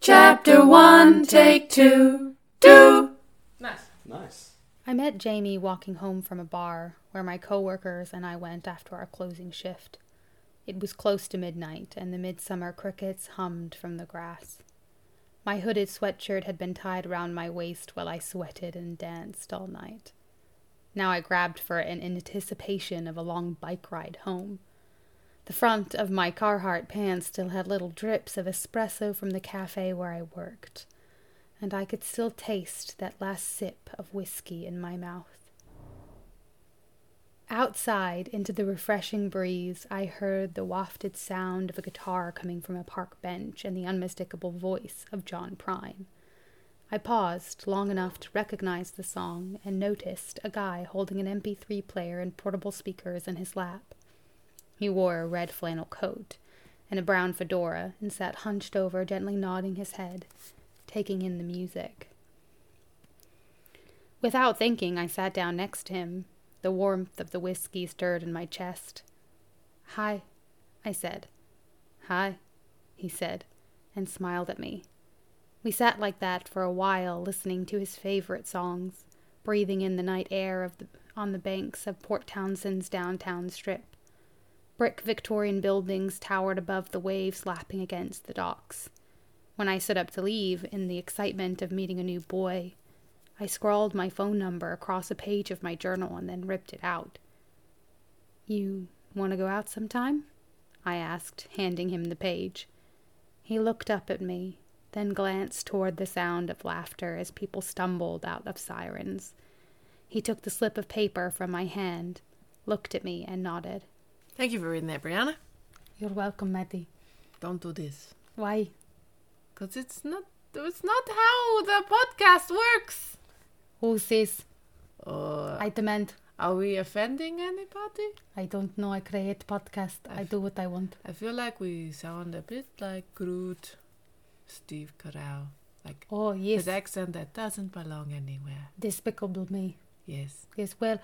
Chapter 1, take 2. Do. Nice. I met Jamie walking home from a bar where my coworkers and I went after our closing shift. It was close to midnight, and the midsummer crickets hummed from the grass. My hooded sweatshirt had been tied around my waist while I sweated and danced all night. Now I grabbed for it in anticipation of a long bike ride home. The front of my Carhartt pants still had little drips of espresso from the cafe where I worked and I could still taste that last sip of whiskey in my mouth. Outside, into the refreshing breeze, I heard the wafted sound of a guitar coming from a park bench and the unmistakable voice of John Prine. I paused long enough to recognize the song and noticed a guy holding an MP3 player and portable speakers in his lap. He wore a red flannel coat and a brown fedora and sat hunched over, gently nodding his head taking in the music. Without thinking, I sat down next to him. The warmth of the whiskey stirred in my chest. Hi, I said. Hi, he said, and smiled at me. We sat like that for a while, listening to his favorite songs, breathing in the night air of the, on the banks of Port Townsend's downtown strip. Brick Victorian buildings towered above the waves lapping against the docks. When I stood up to leave, in the excitement of meeting a new boy, I scrawled my phone number across a page of my journal and then ripped it out. You want to go out sometime? I asked, handing him the page. He looked up at me, then glanced toward the sound of laughter as people stumbled out of sirens. He took the slip of paper from my hand, looked at me, and nodded. Thank you for reading that, Brianna. You're welcome, Matty. Don't do this. Why? Because it's not it's not how the podcast works. Who says? Uh, I demand. are we offending anybody? I don't know. I create podcast. I do what I want. I feel like we sound a bit like Groot, Steve Carell. Like Oh yes, his accent that doesn't belong anywhere. despicable me. Yes. Yes, well,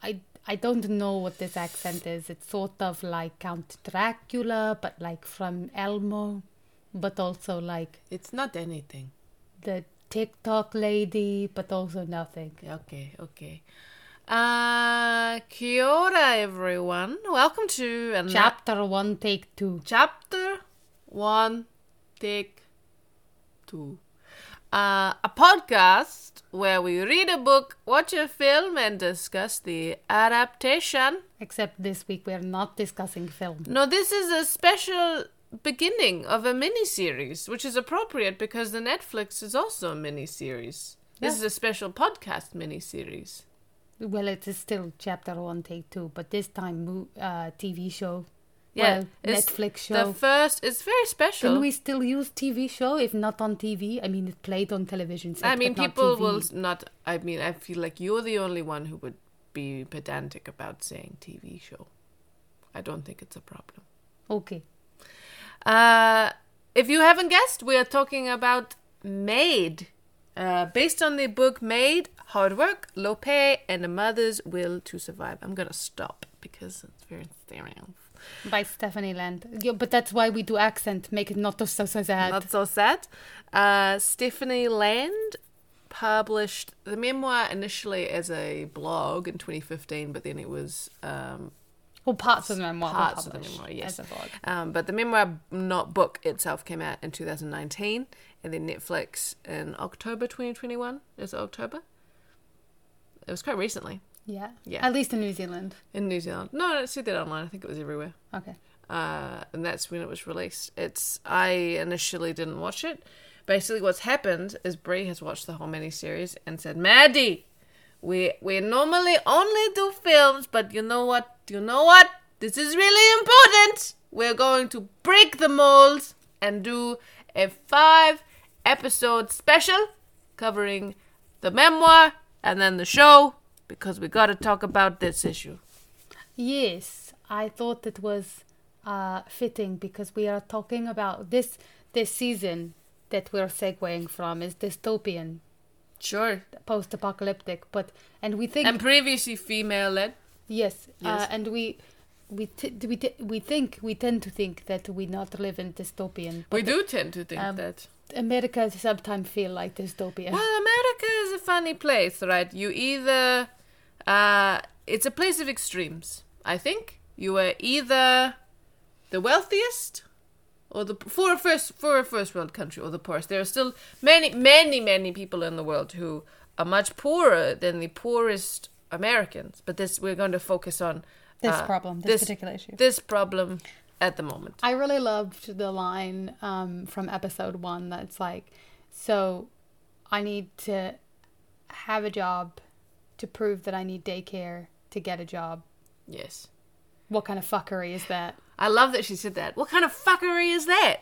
I I don't know what this accent is. It's sort of like Count Dracula, but like from Elmo, but also like It's not anything. the TikTok lady, but also nothing. Okay, okay. Uh, kia ora, everyone. Welcome to an- Chapter one, take two. chapter one, take two. Uh, a podcast where we read a book, watch a film, and discuss the adaptation. Except this week we are not discussing film. No, this is a special beginning of a miniseries, which is appropriate because the Netflix is also a miniseries. This is a special podcast miniseries. Well, it is still chapter one, take two, but this time mo- uh, TV show. well, it's Netflix show. The first, it's very special. Can we still use TV show if not on TV? I mean, it played on television. Set, I mean, but not people TV. will s- not. I mean, I feel like you're the only one who would be pedantic about saying TV show. I don't think it's a problem. Okay. Uh, if you haven't guessed, we are talking about Maid, uh, based on the book Maid, Hard Work, Low Pay, and a Mother's Will to Survive. I'm gonna stop because it's very stereo. By Stephanie Land. Yeah, but that's why we do accent, make it not so so sad. Not so sad. Uh, Stephanie Land published the memoir initially as a blog in 2015, but then it was um, or parts of the memoir. were parts of the published memoir, yes. As a blog. Um, but the memoir, not book itself, came out in 2019, and then Netflix in October 2021. Is it October? It was quite recently Yeah. Yeah. At least in New Zealand. in New Zealand. No, I see that online. I think it was everywhere. Okay. Uh, and that's when it was released. It's I initially didn't watch it. Basically, what's happened is Brie has watched the whole miniseries and said, "Maddie, we we normally only do films, but you know what? You know what? This is really important. We're going to break the mold and do a five episode special covering the memoir and then the show because we got to talk about this issue." Yes, I thought it was uh, fitting because we are talking about this this season that we're segueing from is dystopian, Sure. post-apocalyptic, but and we think And previously female led. Yes, Yes. Uh, and we we t- we t- we think we tend to think that we not live in dystopian. we do tend to think um, that. America sometimes feel like dystopia. Well, America is a funny place, right? You either uh, it's a place of extremes. I think you are either the wealthiest or the for a first for a first world country or the poorest. There are still many many many people in the world who are much poorer than the poorest Americans. But this we're going to focus on This uh, problem, this particular issue. this problem at the moment. I really loved the line um, from episode one that's like, so I need to have a job to prove that I need daycare to get a job. Yes. What kind of fuckery is that? I love that she said that. What kind of fuckery is that?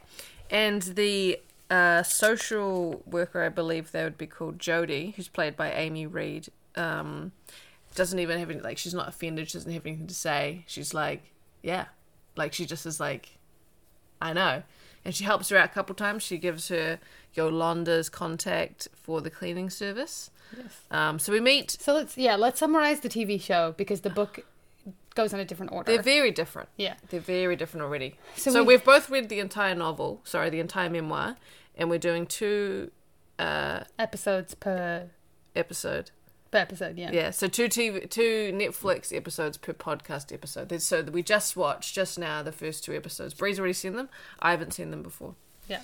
And the uh, social worker, I believe they would be called Jodie, who's played by Amy Reid, um, doesn't even have any, like, she's not offended. She doesn't have anything to say. She's like, yeah. Like, she just is like, I know. And she helps her out a couple times. She gives her Yolanda's contact for the cleaning service. Yes. Um, so we meet. So let's, yeah, let's summarize the TV show because the book goes in a different order. They're very different. yeah. They're very different already. So So, we- we... have both read the entire novel, sorry, the entire memoir, and we're doing two uh, Episodes per, episode. per episode, yeah. Yeah, so two TV, two Netflix episodes per podcast episode. There's- So we just watched just now the first two episodes. Bree's already seen them. I haven't seen them before. Yeah.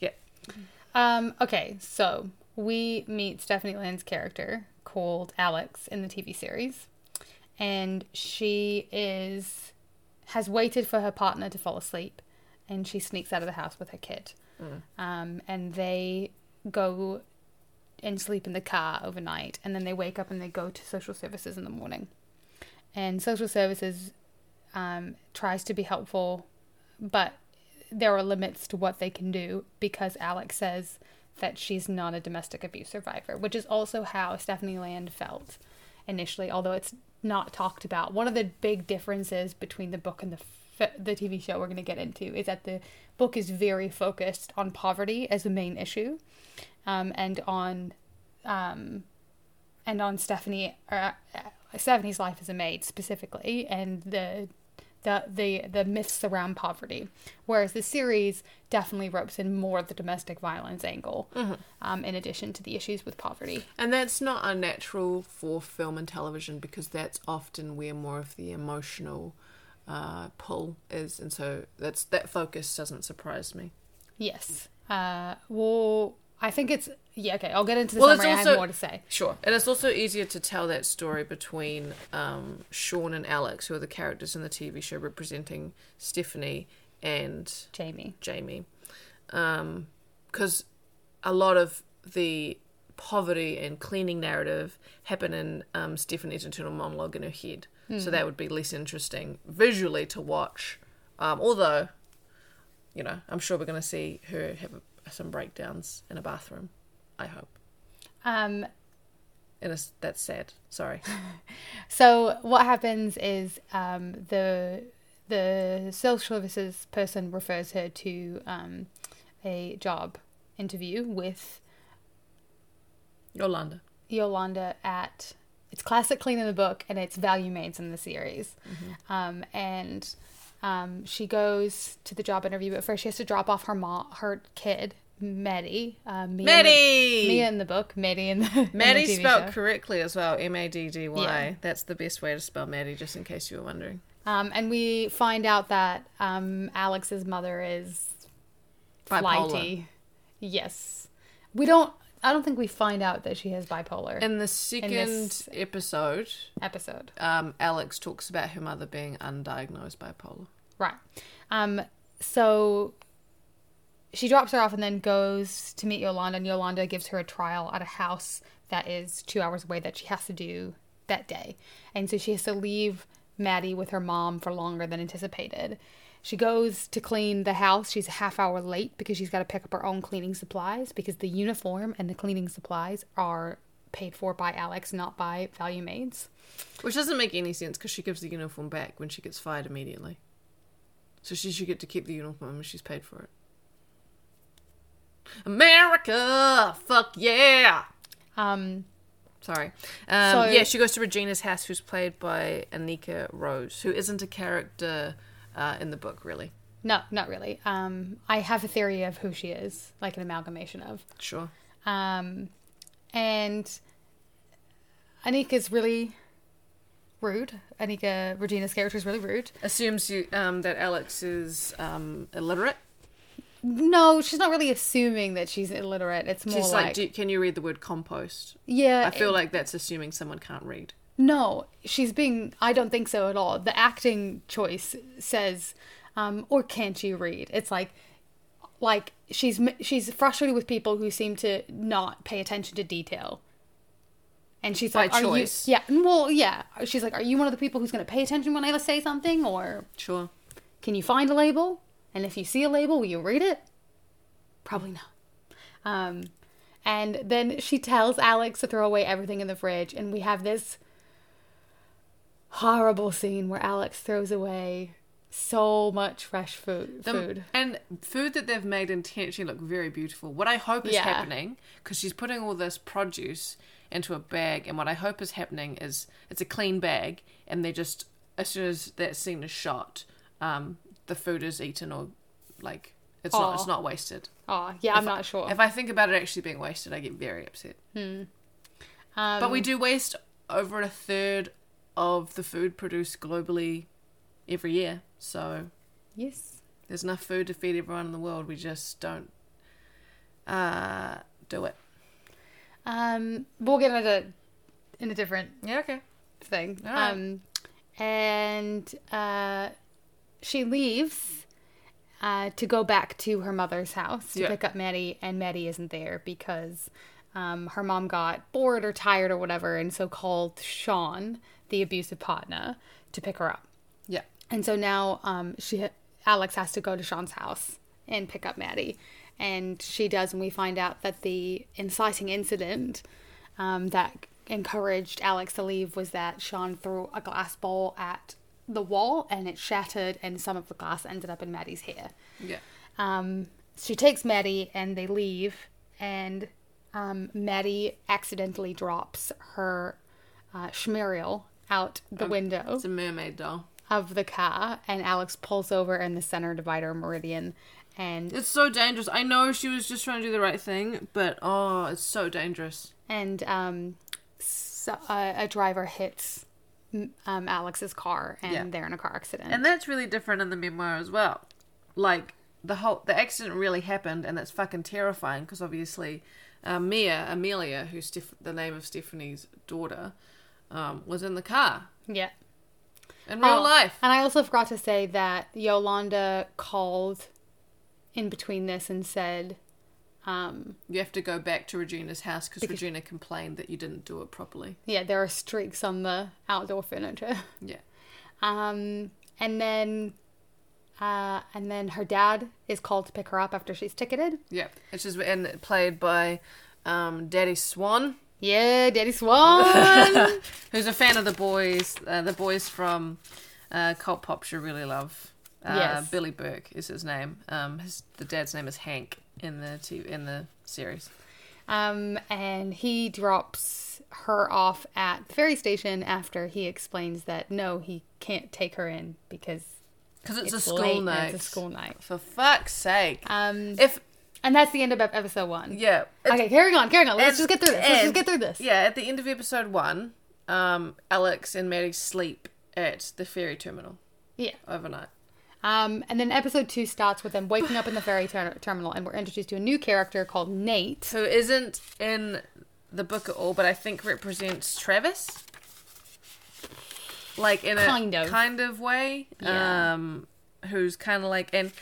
Yeah, Um, okay, so we meet Stephanie Lynn's character called Alex in the TV series, and she is has waited for her partner to fall asleep, and she sneaks out of the house with her kid, um, and they go and sleep in the car overnight, and then they wake up and they go to social services in the morning, and social services um, tries to be helpful, but there are limits to what they can do because Alex says that she's not a domestic abuse survivor, which is also how Stephanie Land felt initially, although it's not talked about. One of the big differences between the book and the f- the TV show we're going to get into is that the book is very focused on poverty as the main issue, um, and on um, and on Stephanie uh, uh, Stephanie's life as a maid specifically, and the the the the myths around poverty. Whereas the series definitely ropes in more of the domestic violence angle, Mm-hmm. um, in addition to the issues with poverty. and that's not unnatural for film and television because that's often where more of the emotional uh, pull is, and so that's that focus doesn't surprise me. Yes. Uh, well, I think it's yeah. Okay, I'll get into the Well, it's summary. I also- have more to say. Sure. And it's also easier to tell that story between um, Sean and Alex, who are the characters in the TV show representing Stephanie and Jamie. Jamie. Because a lot of the poverty and cleaning narrative happen in um, Stephanie's internal monologue in her head. So that would be less interesting visually to watch. Um, although, you know, I'm sure we're going to see her have some breakdowns in a bathroom. I hope. Um, And it's, that's sad. Sorry. So what happens is um, the the social services person refers her to um, a job interview with Yolanda. Yolanda at it's classic clean in the book and it's value maids in the series, um, and um, she goes to the job interview. But first, she has to drop off her mom, her kid, Maddie. Uh, Mia in the- Maddie! Mia in the book, Maddie in the in the Maddie TV spelled show. correctly as well. M A D D Y. Yeah. That's the best way to spell Maddie, just in case you were wondering. Um, and we find out that um, Alex's mother is flighty. Yes, we don't. I don't think we find out that she has bipolar. In the second this- episode, episode, um, Alex talks about her mother being undiagnosed bipolar. right? Um, so she drops her off and then goes to meet Yolanda, and Yolanda gives her a trial at a house that is two hours away that she has to do that day. And so she has to leave Maddie with her mom for longer than anticipated. She goes to clean the house. She's a half hour late because she's got to pick up her own cleaning supplies because the uniform and the cleaning supplies are paid for by Alex, not by Value Maids. Which doesn't make any sense because she gives the uniform back when she gets fired immediately. So she should get to keep the uniform and she's paid for it. America! Fuck yeah! Um, Sorry. Um, So- yeah, she goes to Regina's house, who's played by Anika Rose, who isn't a character uh, in the book, really. No, not really. Um, I have a theory of who she is, like an amalgamation of. Sure. Um, and Anika's really rude. Anika, Regina's character is really rude. Assumes you um, that Alex is um, illiterate. No, she's not really assuming that she's illiterate. It's more She's like, like, Uh, Do, can you read the word compost? yeah. I feel like that's assuming someone can't read. No, she's being. I don't think so at all. The acting choice says, um, or can't you read? It's like, like she's m- she's frustrated with people who seem to not pay attention to detail. And she's By like, are choice. you? Yeah. Well, yeah. She's like, are you one of the people who's going to pay attention when I say something, or Sure. can you find a label? And if you see a label, will you read it? Probably not. Um, and then she tells Alex to throw away everything in the fridge, and we have this horrible scene where Alex throws away so much fresh food. The- food. and food that they've made intentionally look very beautiful. What I hope is Yeah. happening because she's putting all this produce into a bag, and what I hope is happening is it's a clean bag, and they just as soon as that scene is shot, um, the food is eaten or like it's not Aw. it's not wasted. Oh, yeah, I'm not sure. If I think about it actually being wasted, I get very upset. Hmm. um, But we do waste over a third of the food produced globally every year, so yes, There's enough food to feed everyone in the world. We just don't uh, do it. um, we'll get into in a different Yeah, okay. thing. All right. Um, and uh, she leaves uh, to go back to her mother's house to Yeah. pick up Maddie, and Maddie isn't there because um, her mom got bored or tired or whatever, and so called Sean, the abusive partner, to pick her up. Yeah. And so now um, she Alex has to go to Sean's house and pick up Maddie. And she does, and we find out that the inciting incident um, that encouraged Alex to leave was that Sean threw a glass bowl at the wall and it shattered, and some of the glass ended up in Maddie's hair. Yeah. Um, she takes Maddie and they leave, and um, Maddie accidentally drops her uh, schmeriel out the window It's a mermaid doll. of the car, and Alex pulls over in the center divider meridian, and It's so dangerous. I know she was just trying to do the right thing, but oh, it's so dangerous. and um, so, uh, a driver hits m- um, Alex's car, and Yeah. they're in a car accident. And that's really different in the memoir as well. Like the whole the accident really happened, and that's fucking terrifying because obviously, uh, Mia Amelia, who's Steph- the name of Stephanie's daughter, um, was in the car yeah, in real Oh, life. And I also forgot to say that Yolanda called in between this and said, um, You have to go back to Regina's house cause Regina complained that you didn't do it properly. "Yeah, there are streaks on the outdoor furniture." Yeah. Um, and then, uh, and then her dad is called to pick her up after she's ticketed. Yeah, which is and played by um, Daddy Swan, Yeah, Daddy Swan. who's a fan of the boys. Uh, the boys from uh, Cult Pop should really love. Uh, Yes. Billy Burke is his name. Um, his the dad's name is Hank in the t- in the series. um, and he drops her off at the ferry station after he explains that no, he can't take her in because Because it's, it's, a school late and night. It's a school night. For fuck's sake! Um, if and that's the end of ep- episode one. yeah, it's- Okay, carrying on, carrying on. Let's And- just get through this. Let's just and- get through this. Yeah, at the end of episode one, um, Alex and Maddie sleep at the ferry terminal Yeah. overnight. Um, and then episode two starts with them waking up in the ferry ter- terminal, and we're introduced to a new character called Nate. who isn't in the book at all, but I think represents Travis, like in a Kind of. kind of way. Yeah. Um, who's kind of like, and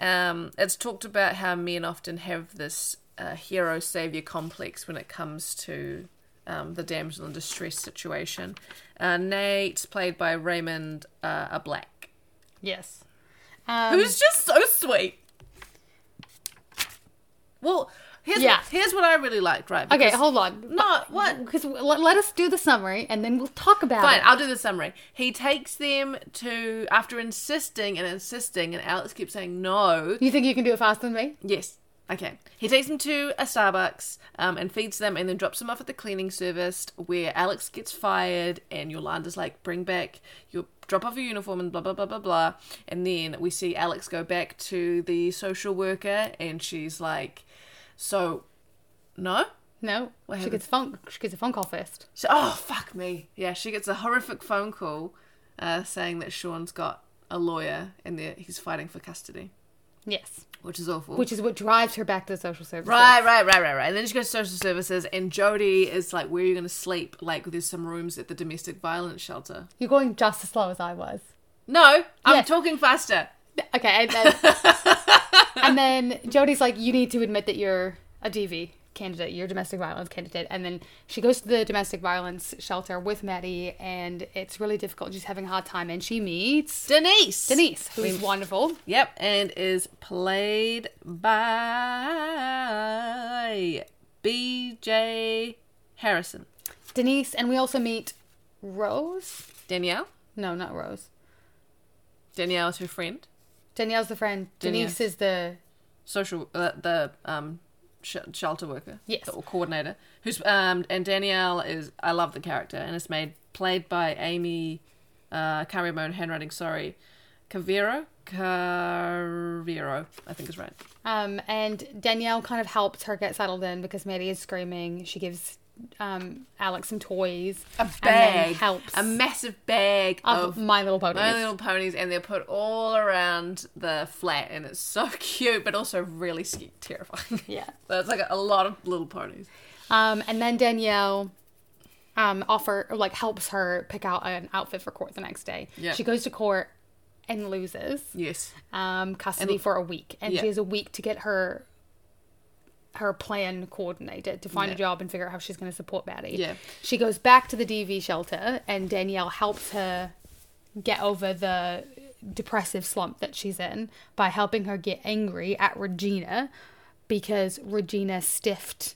um, it's talked about how men often have this uh, hero savior complex when it comes to um, the damsel in distress situation. Uh, Nate's played by Raymond uh, a black, Yes. Um, who's just so sweet. Well, here's Yeah. what, here's what I really liked, right? okay? Because- Hold on. no, what? Because let, let us do the summary, and then we'll talk about Fine, it. I'll do the summary. He takes them to after insisting and insisting, and Alex keeps saying no. You think you can do it faster than me? Yes, Okay. He takes them to a Starbucks um, and feeds them and then drops them off at the cleaning service where Alex gets fired and Yolanda's like, bring back your drop off your uniform and blah, blah, blah, blah, blah. And then we see Alex go back to the social worker and she's like, so, no? No, she gets phone. She gets a phone call first. She, oh, fuck me. Yeah, she gets a horrific phone call uh, saying that Sean's got a lawyer and they're- he's fighting for custody, Yes, which is awful. which is what drives her back to the social services. Right, right, right, right, right. And then she goes to social services, and Jody is like, "Where are you going to sleep? Like, there's some rooms at the domestic violence shelter." You're going just as slow as I was. No, I'm Yeah. talking faster. Okay, and then, and then Jody's like, "You need to admit that you're a DV candidate, you're a domestic violence candidate." And then she goes to the domestic violence shelter with Maddie, and it's really difficult. She's having a hard time, and she meets Denise. Denise, who is wonderful. Yep, and is played by B.J. Harrison, Denise, and we also meet Rose. Danielle. No, not Rose. Danielle is her friend. Danielle's the friend. Danielle. Denise is the social uh, the um sh- shelter worker Yes. or coordinator who's um and danielle is i love the character and it's made played by amy uh I can't remember her handwriting sorry cavero cavero i think is right Um, and Danielle kind of helps her get settled in because Maddie is screaming. She gives um, Alex some toys. And then helps a massive bag of of My Little Pony. my little ponies and they're put all around the flat and it's so cute but also really sca- terrifying Yeah. so it's like a lot of little ponies Um, and then Danielle um, offer or, like helps her pick out an outfit for court the next day. Yeah. She goes to court and loses yes um, custody for a week, and Yeah. she has a week to get her her plan coordinated to find a Yeah. job and figure out how she's going to support Maddie. Yeah. She goes back to the DV shelter, and Danielle helps her get over the depressive slump that she's in by helping her get angry at Regina because Regina stiffed.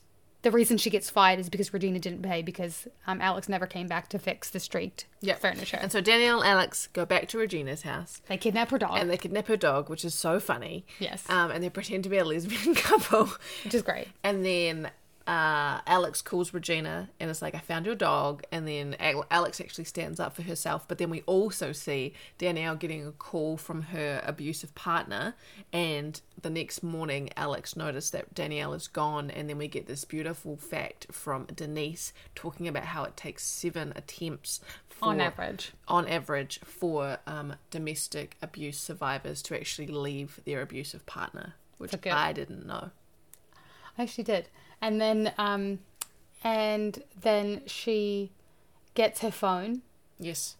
The reason she gets fired is because Regina didn't pay because um, Alex never came back to fix the street Yeah. furniture. And so Danielle and Alex go back to Regina's house they kidnap her dog, and they kidnap her dog, which is so funny. Yes. Um, and they pretend to be a lesbian couple. which is great. And then uh, Alex calls Regina and is like, I found your dog. And then Al- Alex actually stands up for herself. But then we also see Danielle getting a call from her abusive partner. And the next morning, Alex noticed that Danielle is gone. And then we get this beautiful fact from Denise talking about how it takes seven attempts for, On average. on average for um, domestic abuse survivors to actually leave their abusive partner, which Okay. I didn't know. I actually did. And then um and then she gets her phone Yes.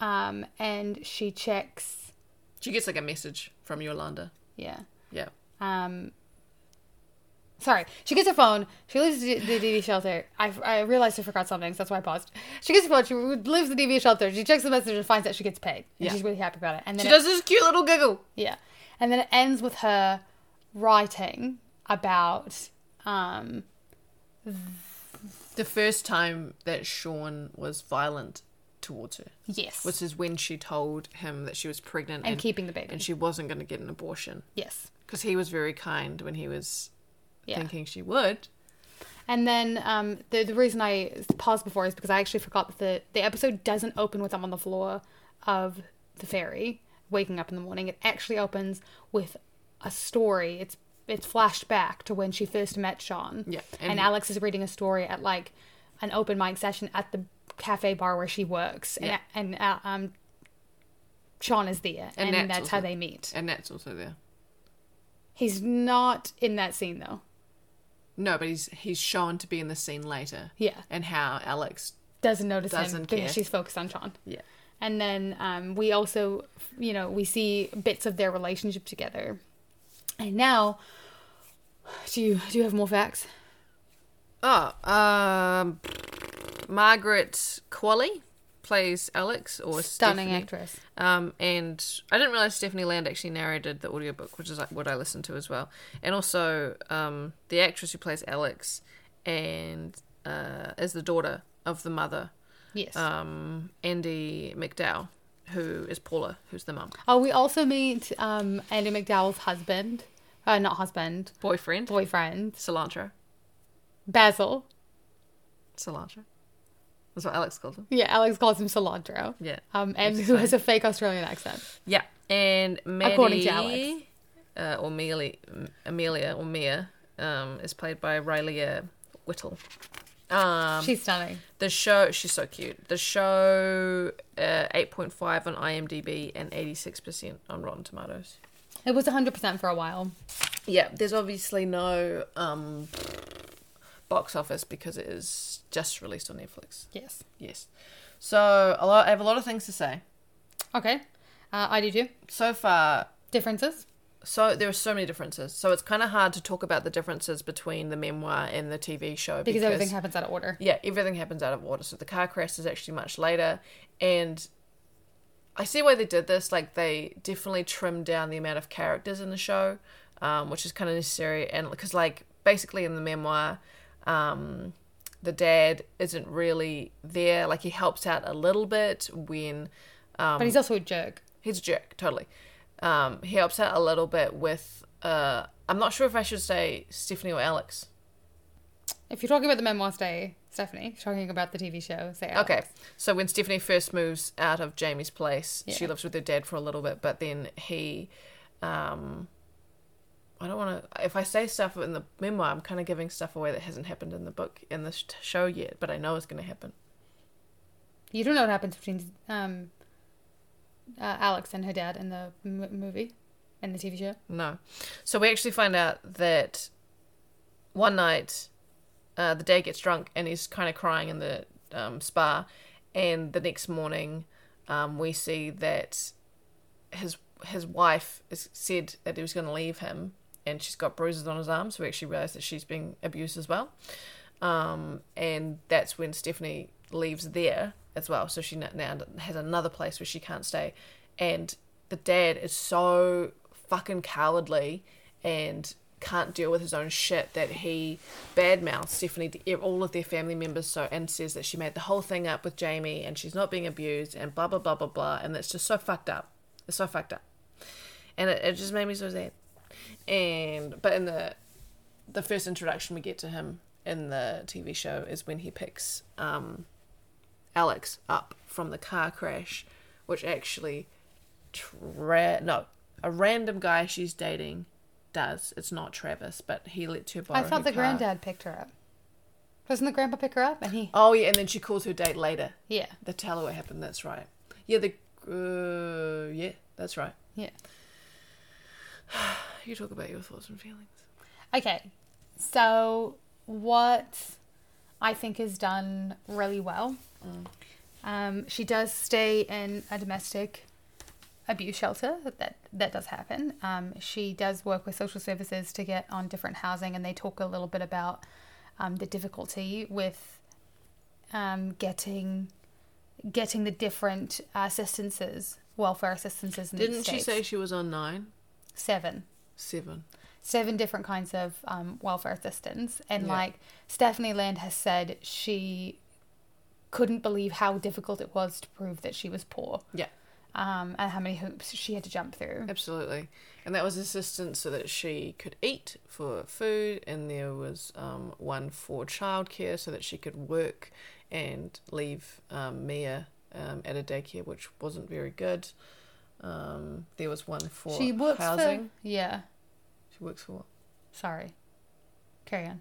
um and she checks She gets like a message from Yolanda. yeah. Yeah. Um Sorry, she gets her phone. She leaves the the DV shelter. I, I realized I forgot something, so that's why I paused. She gets her phone. She leaves the DV shelter. She checks the message and finds out she gets paid. And Yeah. she's really happy about it. And then She it- does this cute little giggle. Yeah. And then it ends with her writing about um The first time that Sean was violent towards her, yes. which is when she told him that she was pregnant and keeping the baby. and she wasn't going to get an abortion yes. because he was very kind when he was Yeah. thinking she would. And then um, the the reason I paused before is because I actually forgot that the the episode doesn't open with them on the floor of the ferry waking up in the morning. It actually opens with a story. It's it's flashed back to when she first met Sean. Yeah, And, and- Alex is reading a story at like an open mic session at the cafe bar where she works. Yeah. And and uh, um, Sean is there, And and, Nat's that's how also- they meet. And that's also there. He's not in that scene though. No, but he's he's shown to be in the scene later. Yeah. And how Alex. Doesn't notice him Doesn't because care. she's focused on Sean. Yeah. And then um, we also, you know, we see bits of their relationship together. And now, do you do you have more facts? Oh, um, Margaret Qualley plays Alex or Stunning Stephanie. actress. Um, and I didn't realize Stephanie Land actually narrated the audiobook, which is like what I listened to as well. And also, um, the actress who plays Alex and uh, is the daughter of the mother, Yes. um, Andy McDowell, who is Paula, who's the mum. oh, we also meet um, Andy McDowell's husband, uh, not husband, Boyfriend. boyfriend, cilantro. Basil. Cilantro. That's what Alex called him. Yeah, Alex calls him cilantro. Yeah. Um, and who has a fake Australian accent. Yeah. And Maddie, According to Alex. Uh, or Mealy, Amelia or Mia um, is played by Riley Whittle. Um, She's stunning. the show, she's so cute. The show, uh, 8.5 on IMDb and 86% on Rotten Tomatoes. It was 100% for a while. Yeah, there's obviously no um, box office because it is just released on Netflix. Yes. Yes. So a lot, I have a lot of things to say. Okay. Uh, I do too. So far, Differences? so there are so many differences. So it's kind of hard to talk about the differences between the memoir and the TV show Because everything happens out of order. yeah, everything happens out of order. So the car crash is actually much later, and I see why they did this. Like they definitely trimmed down the amount of characters in the show, um, which is kind of necessary. And because like basically in the memoir, um, the dad isn't really there. Like he helps out a little bit when um, But he's also a jerk. he's a jerk totally um he helps out a little bit with uh i'm not sure if i should say stephanie or alex If you're talking about the memoirs day, Stephanie, if you're talking about the TV show, say Alex. okay so when stephanie first moves out of jamie's place she Yeah. lives with her dad for a little bit but then he um i don't want to if i say stuff in the memoir i'm kind of giving stuff away that hasn't happened in the book in the sh- show yet but i know it's going to happen You don't know what happens between um, uh, Alex and her dad in the m- movie, in the TV show. No. So we actually find out that one night uh, the dad gets drunk and he's kind of crying in the um, spa. And the next morning um, we see that his his wife is, said that he was going to leave him and she's got bruises on his arm. So we actually realize that she's being abused as well. Um, and that's when Stephanie leaves there as well. So she n- now has another place where she can't stay. And the dad is so fucking cowardly and can't deal with his own shit that he badmouths Stephanie to e- all of their family members so and says that she made the whole thing up with Jamie and she's not being abused and blah blah blah blah blah and that's just so fucked up. It's so fucked up. And it, it just made me so sad. And but in the the first introduction we get to him in the TV show is when he picks um, Alex up from the car crash, which actually, tra- no, a random guy she's dating does. It's not Travis, but he lets her borrow. I thought her the car. granddad picked her up. Doesn't the grandpa pick her up? And he. Oh yeah, and then she calls her date later. Yeah. They tell her what happened. That's right. Yeah, the uh, yeah, that's right. Yeah. You talk about your thoughts and feelings. Okay. So, what I think is done really well, Mm. um, she does stay in a domestic abuse shelter. That that does happen. Um, she does work with social services to get on different housing, and they talk a little bit about um, the difficulty with um, getting getting the different uh, assistances, welfare assistances. In Didn't the she States. say she was on nine, seven? seven? seven different kinds of um, welfare assistance. And Yeah. like Stephanie Land has said, she couldn't believe how difficult it was to prove that she was poor Yeah. um, and how many hoops she had to jump through. Absolutely. And that was assistance so that she could eat for food, and there was um, one for childcare so that she could work and leave um, Mia um, at a daycare, which wasn't very good. Um, there was one for she works housing. for yeah. She works for what? Sorry, carry on.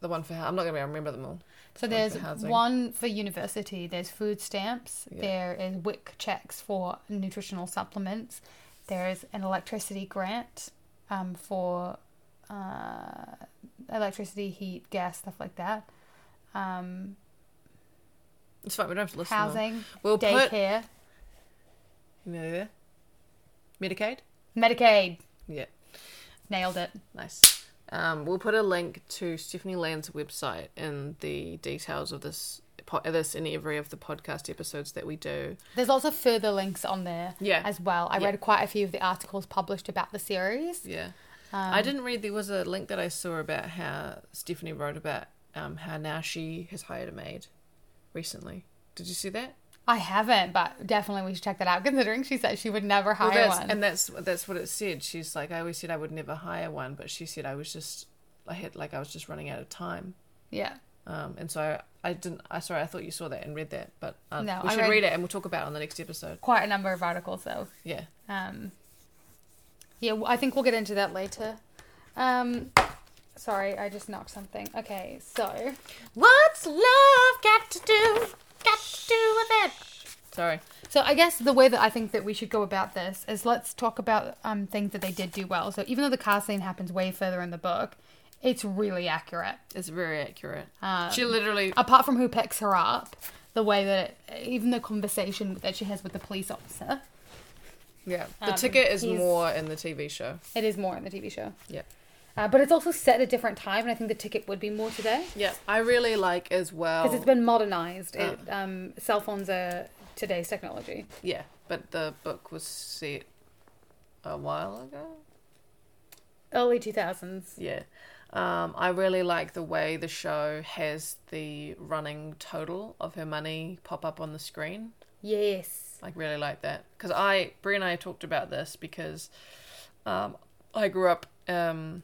The one for hou- I'm not going to be able to remember them all. So One for there's housing. one for university. There's food stamps. Yeah. There is WIC checks for nutritional supplements. There is an electricity grant um, for uh, electricity, heat, gas, stuff like that. Um, It's fine. We don't have to listen. to them. housing, We'll put. daycare, You know, there. Medicaid. Medicaid. Yeah. Nailed it. Nice. Um, we'll put a link to Stephanie Land's website in the details of this po- this in every of the podcast episodes that we do. There's lots of further links on there Yeah. as well. I Yeah. read quite a few of the articles published about the series. Um, Yeah. I didn't read. There was a link that I saw about how Stephanie wrote about um, how now she has hired a maid recently. Did you see that? I haven't, but definitely we should check that out. Considering she said she would never Well, hire that's, one. and that's that's what it said. She's like, I always said I would never hire one, but she said I was just, I had like I was just running out of time. yeah, Um, and so I, I didn't. I sorry, I thought you saw that and read that, but um, No, we I should read- read... it and we'll talk about it on the next episode. quite a number of articles though. Yeah, Um, yeah, w- I think we'll get into that later. Um, sorry, I just knocked something. Okay, so What's love got to do? Got to do with it? Sorry. so I guess the way that I think that we should go about this is let's talk about um, things that they did do well. So even though the car scene happens way further in the book, it's really accurate. It's very accurate. she literally. apart from who picks her up, the way that it, even the conversation that she has with the police officer, Yeah. The ticket is he's- more in the TV show. it is more in the TV show. Yeah. Uh, but it's also set at a different time, and I think the ticket would be more today Yeah. I really like as well. because it's been modernized. It, Oh. um, cell phones are today's technology. Yeah, but the book was set a while ago. Early 2000s. Yeah. Um, I really like the way the show has the running total of her money pop up on the screen. Yes. Like really like that because I Brie and I talked about this because um, I grew up um,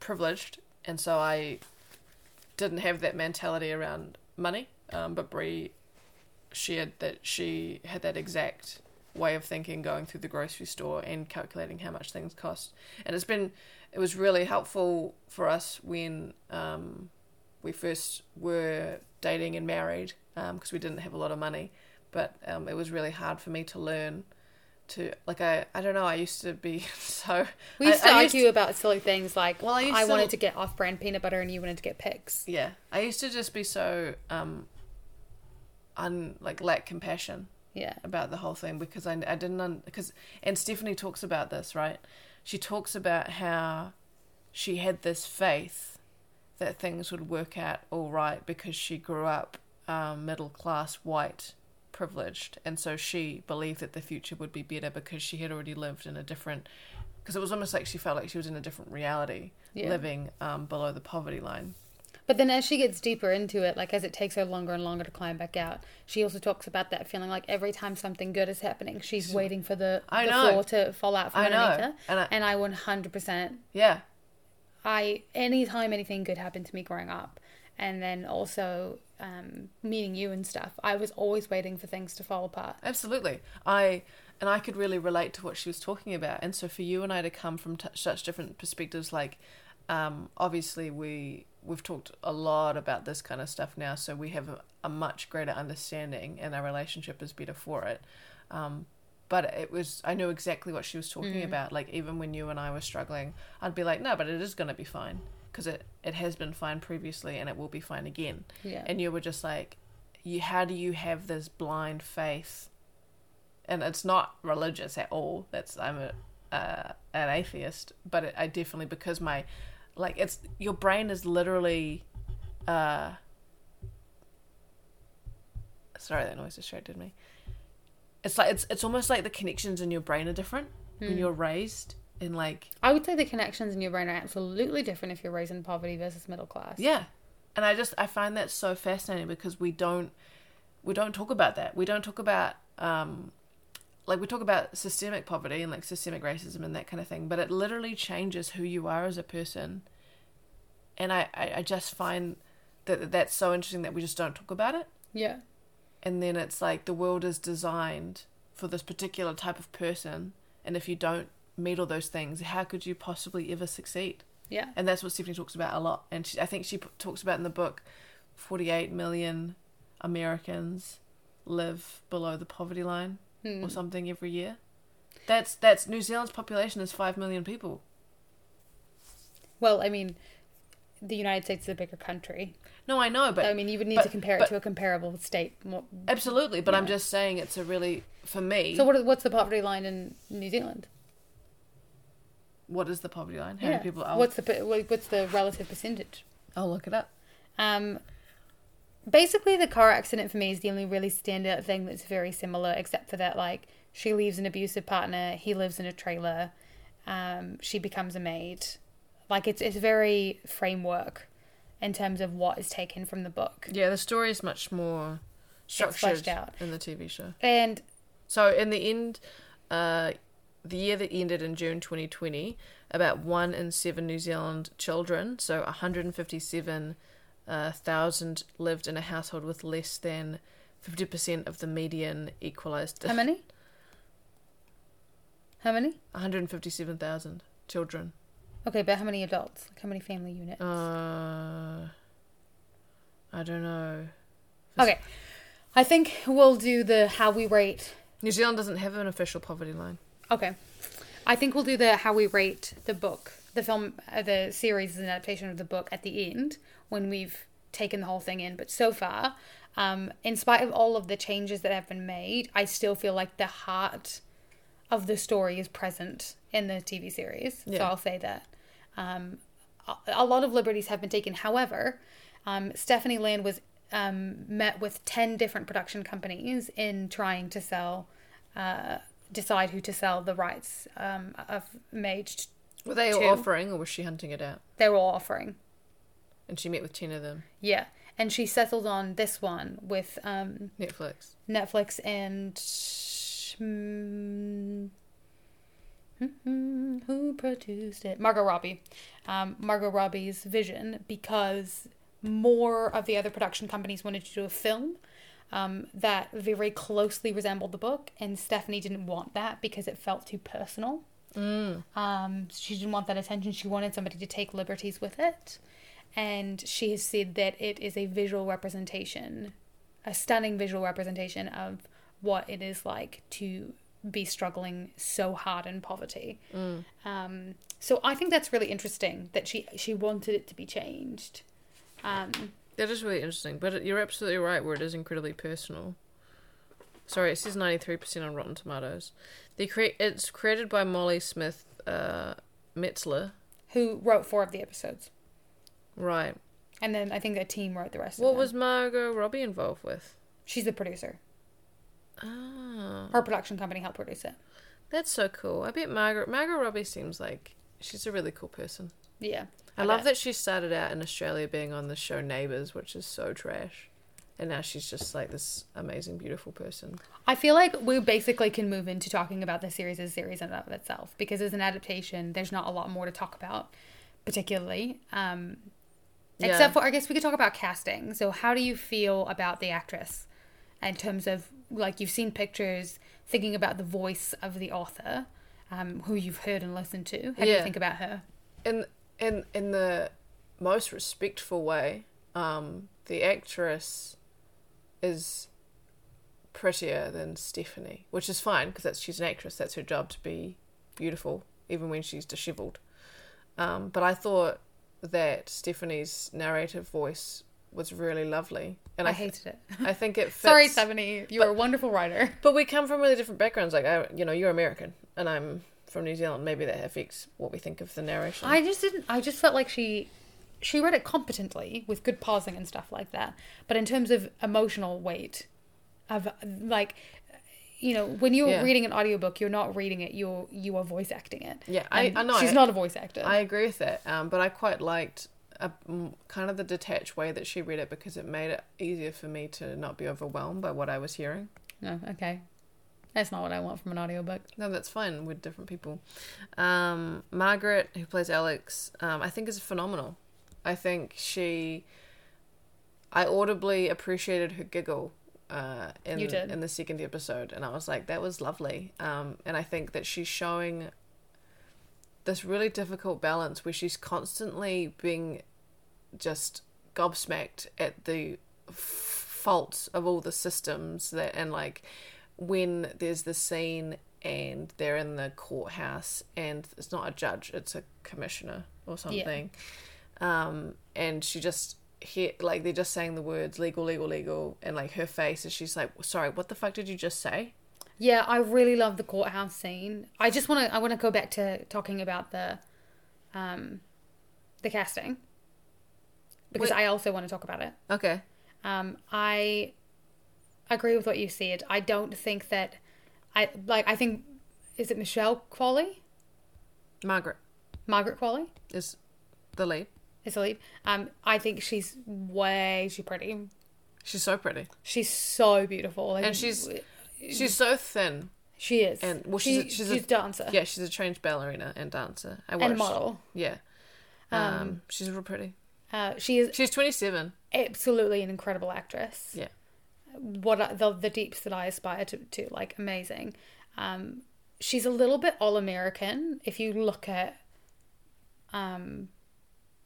privileged and so I didn't have that mentality around money. Um, but Brie shared that she had that exact way of thinking going through the grocery store and calculating how much things cost. And it's been it was really helpful for us when um, we first were dating and married because we didn't have a lot of money. But um, it was really hard for me to learn to like I I don't know I used to be so We used I- to I argue about silly things like Well, I I, used to- wanted to get off brand peanut butter and you wanted to get pigs. Yeah, I used to just be so um, un like lack compassion Yeah. about the whole thing because I I didn't un- because and Stephanie talks about this right. She talks about how she had this faith that things would work out all right because she grew up um, middle class white privileged and so she believed that the future would be better because she had already lived in a different because it was almost like she felt like she was in a different reality Yeah. living um, below the poverty line But then as she gets deeper into it, like as it takes her longer and longer to climb back out, she also talks about that feeling like every time something good is happening, she's waiting for the, I the know. floor to fall out from I know. underneath her. And And I- I, and I 100%, yeah I, anytime anything good happened to me growing up, and then also um, meeting you and stuff, I was always waiting for things to fall apart. Absolutely. I and I could really relate to what she was talking about. And so for you and I to come from t- such different perspectives, like um, obviously we we've talked a lot about this kind of stuff now, so we have a, a much greater understanding, and our relationship is better for it. Um, but it was I knew exactly what she was talking about. Like even when you and I were struggling, I'd be like, no, but it is going to be fine because it it has been fine previously, and it will be fine again. Yeah. And you were just like, you how do you have this blind faith and it's not religious at all. That's I'm a uh, an atheist, but it, I definitely because my like it's your brain is literally. uh Sorry, that noise distracted me. It's like it's it's almost like the connections in your brain are different when you're raised and like I would say the connections in your brain are absolutely different if you're raised in poverty versus middle class. Yeah. And I just I find that so fascinating because we don't we don't talk about that. We don't talk about um like we talk about systemic poverty and like systemic racism and that kind of thing, but it literally changes who you are as a person. And I I, I just find that that's so interesting that we just don't talk about it Yeah. and then it's like the world is designed for this particular type of person and if you don't meet all those things how could you possibly ever succeed Yeah. and that's what stephanie talks about a lot and she, i think she p- talks about in the book 48 million americans live below the poverty line Hmm. or something every year that's that's new zealand's population is 5 million people Well, I mean, the United States is a bigger country. no i know but I mean, you would need but- to compare it but- to a comparable state. More. absolutely but i'm just saying it's a really for me So, what are, what's the poverty line in New Zealand? what is the poverty line how many people are What's the per- what- what's the relative percentage? i'll look it up Um, basically, the car accident for me is the only really standout thing that's very similar, except for that, like, she leaves an abusive partner, he lives in a trailer, um, she becomes a maid. Like, it's it's very framework in terms of what is taken from the book. Yeah, the story is much more. structured fleshed out. in the TV show. And So in the end, uh, the year that ended in June 2020, about one in seven New Zealand children, so 157,000, uh, lived in a household with less than 50% of the median equalised. how many? How many? 157,000 children. Okay, but how many adults? Like how many family units? Oh. Uh, I don't know. okay. I think we'll do the how we rate. New Zealand doesn't have an official poverty line. Okay. I think we'll do the how we rate the book, the film, uh, the series is an adaptation of the book at the end when we've taken the whole thing in. But so far, um, in spite of all of the changes that have been made, I still feel like the heart of the story is present in the TV series. So Yeah. I'll say that. Um, a, a lot of liberties have been taken. However, um, Stephanie Land was um, met with 10 different production companies in trying to sell, uh, decide who to sell the rights um, of Mage. Were they all Two. offering or was she hunting it out? They were all offering. And she met with 10 of them. Yeah. And she settled on this one with um, Netflix. Netflix and mm, mhm, who produced it? Margot Robbie. Um, Margot Robbie's vision because more of the other production companies wanted to do a film um, that very closely resembled the book, and Stephanie didn't want that because it felt too personal. Um, she didn't want that attention. She wanted somebody to take liberties with it. And she has said that it is a visual representation, a stunning visual representation of what it is like to be struggling so hard in poverty. Mm. Um, so I think that's really interesting that she she wanted it to be changed. Um, That is really interesting, but it- you're absolutely right where it is incredibly personal. Sorry, it says 93% on Rotten Tomatoes. The cre- it's created by Molly Smith uh, Metzler. who wrote four of the episodes, Right. and then I think a team wrote the rest. of What them. was Margot Robbie involved with? she's the producer? Ah, Her production company helped produce it. that's so cool. I bet Margot Margot Robbie seems like she's a really cool person. Yeah, I love bet. that she started out in Australia being on the show Neighbours, which is so trash, and now she's just like this amazing, beautiful person. I feel like we basically can move into talking about the series as a series in and of itself because as an adaptation, there's not a lot more to talk about, particularly. Um, Yeah. Except for, I guess we could talk about casting. So, how do you feel about the actress in terms of like you've seen pictures, thinking about the voice of the author, um, who you've heard and listened to? How do you Yeah. think about her? in in in the most respectful way, um, the actress is prettier than Stephanie, which is fine because that's she's an actress. That's her job to be beautiful, even when she's dishevelled. Um, but I thought that Stephanie's narrative voice was really lovely, and I, I hated it. I think it fits. Sorry, Stephanie. You're a wonderful writer. But we come from really different backgrounds. Like I, you know, you're American, and I'm from New Zealand. Maybe that affects what we think of the narration. I just didn't. I just felt like she she read it competently with good pausing and stuff like that. But in terms of emotional weight, of like, you know, when you're Yeah. reading an audiobook, you're not reading it. You're you are voice acting it. Yeah, I- And I know, She's I- not a voice actor. I agree with that, um, but I quite liked a, mm, kind of the detached way that she read it because it made it easier for me to not be overwhelmed by what I was hearing. no, okay, that's not what I want from an audiobook. No, that's fine with different people. Um, Margaret, who plays Alex, um, I think is phenomenal. I think she. I audibly appreciated her giggle uh, in, You did. in the second episode, and I was like, that was lovely. Um, and I think that she's showing this really difficult balance where she's constantly being just gobsmacked at the f- faults of all the systems that and like when there's the scene and they're in the courthouse and it's not a judge it's a commissioner or something um and she just hear like they're just saying the words legal legal legal and like her face is she's like sorry what the fuck did you just say Yeah, I really love the courthouse scene. I just want to. I want to go back to talking about the, um, the casting. Because Wait. I also want to talk about it. okay Um, I agree with what you said. I don't think that I like. I think is it Michelle Qualley, margaret Margaret Qualley, is the lead is the lead. Um, I think she's way too pretty. She's so pretty. She's so beautiful, Like, And she's- She's so thin. she is, and- well, she, she's a- she's a- she's dancer Yeah, she's a trained ballerina and dancer. I watched. and model. Yeah. Um, she's real pretty. Uh, she is She's 27. absolutely an incredible actress. Yeah. What I, the the deeps that I aspire to, to like amazing. Um, she's a little bit all American. If you look at um,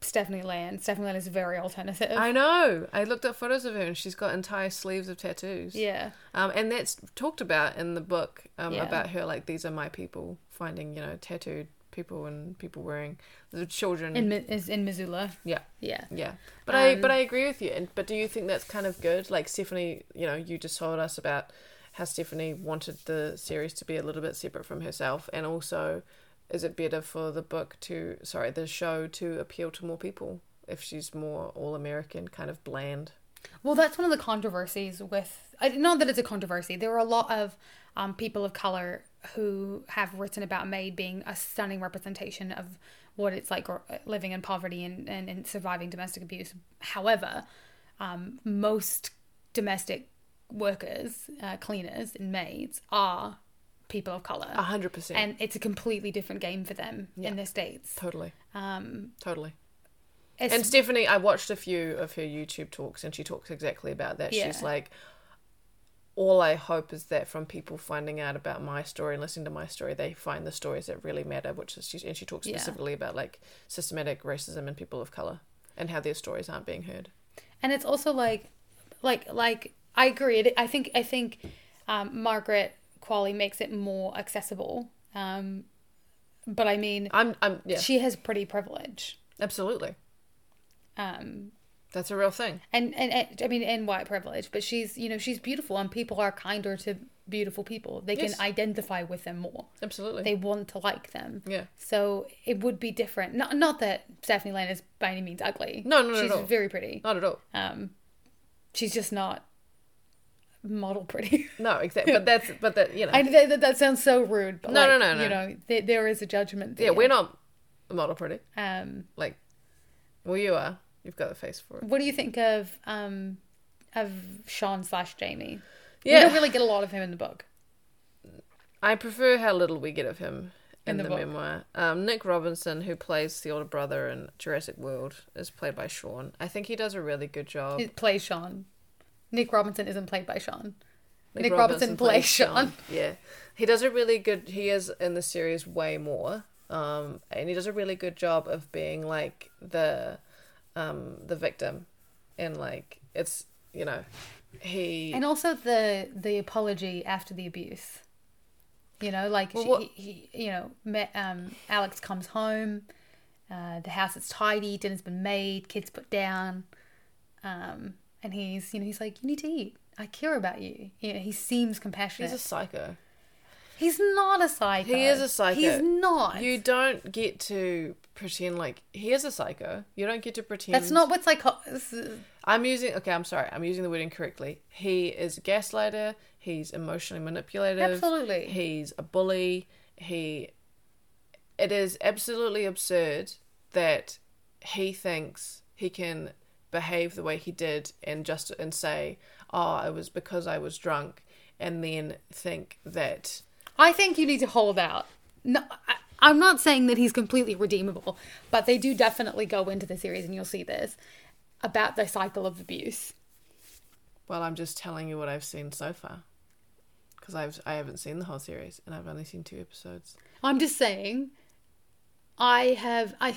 Stephanie Land, Stephanie Land is very alternative. I know. I looked up photos of her and she's got entire sleeves of tattoos. yeah, Um, and that's talked about in the book um, Yeah. about her, like, these are my people, finding, you know, tattooed people and people wearing the children. in Mi- is in Missoula. yeah. Yeah, Yeah. But I but Um, I agree with you. And but do you think that's kind of good? Like Stephanie, you know, you just told us about how Stephanie wanted the series to be a little bit separate from herself and also is it better for the book to sorry, the show to appeal to more people if she's more all American, kind of bland. Well, that's one of the controversies with. I- Not that it's a controversy. There are a lot of um, people of color who have written about Maid being a stunning representation of what it's like gr- living in poverty and, and, and surviving domestic abuse. However, um, most domestic workers, uh, cleaners, and maids are people of color. A hundred percent. And it's a completely different game for them in the States. Totally. Um, Totally. it's- And Stephanie, I watched a few of her YouTube talks, and she talks exactly about that. Yeah. She's like, all I hope is that from people finding out about my story and listening to my story, they find the stories that really matter. Which is, she, and she talks Yeah. specifically about like systematic racism and people of color and how their stories aren't being heard. and it's also like like like i agree It- i think i think um, margaret qualley makes it more accessible um, but i mean I'm, I'm, yeah, she has pretty privilege absolutely. um, That's a real thing. and, and and i mean and white privilege but she's you know she's beautiful and people are kinder to beautiful people they Yes. can identify with them more Absolutely. they want to like them yeah. so it would be different not not that stephanie lane is by any means ugly No, no, no, she's no. very pretty Not at all. um, she's just not model pretty No, exactly. But that's, but that, you know, I, that, that- that sounds so rude, but No, like, no, no, no. you know, there, there is a judgment there. yeah, we're not model pretty. Um, Like, well, you are. You've got the face for it. what do you think of um, of Sean slash Jamie? Yeah. We don't really get a lot of him in the book. I prefer how little we get of him in, In the the, book. memoir. Um, Nick Robinson, who plays the older brother in Jurassic World, is played by Sean. I think he does a really good job. He plays Sean. Nick Robinson isn't played by Sean. Nick, Nick Robinson plays Sean. Yeah, he does a really good. He is in the series way more, um, and he does a really good job of being like the, um, the victim, and like it's you know, he And also the the apology after the abuse. You know, like she, what- he, he, you know, met, um, Alex comes home. Uh, the house is tidy, dinner's been made, kids put down, um, and he's you know he's like, you need to eat. I care about you. You know, he seems compassionate. he's a He's, psycho. not a psycho. He is a psycho. He's not. You don't get to pretend like he is a psycho. You don't get to pretend That's not what psycho. this is- I'm using okay, I'm sorry, I'm using the word incorrectly. He is a gaslighter, he's emotionally manipulative. Absolutely. He's a bully. He it is absolutely absurd that he thinks he can behave the way he did and just and say, Oh, it was because I was drunk and then think that I think you need to hold out. No, I, I'm not saying that he's completely redeemable, but they do definitely go into the series, and you'll see this about the cycle of abuse. Well, I'm just telling you what I've seen so far. Because I've I haven't seen the whole series and I've only seen two episodes. I'm just saying, I have I.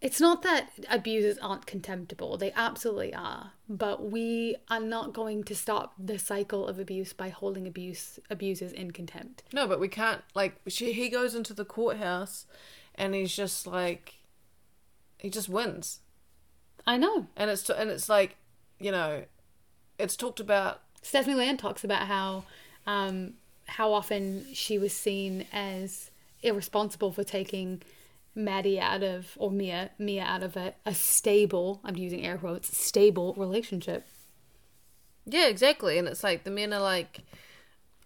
It's not that abusers aren't contemptible; they absolutely are. But we are not going to stop the cycle of abuse by holding abuse abusers in contempt. No, but we can't. Like she, he goes into the courthouse, and he's just like, he just wins, I know. and it's and it's like, you know, it's talked about. Stephanie Land talks about how um, how often she was seen as irresponsible for taking Maddie out of or Mia Mia out of a, a stable I'm using air quotes stable relationship. Yeah, exactly, and it's like the men are like,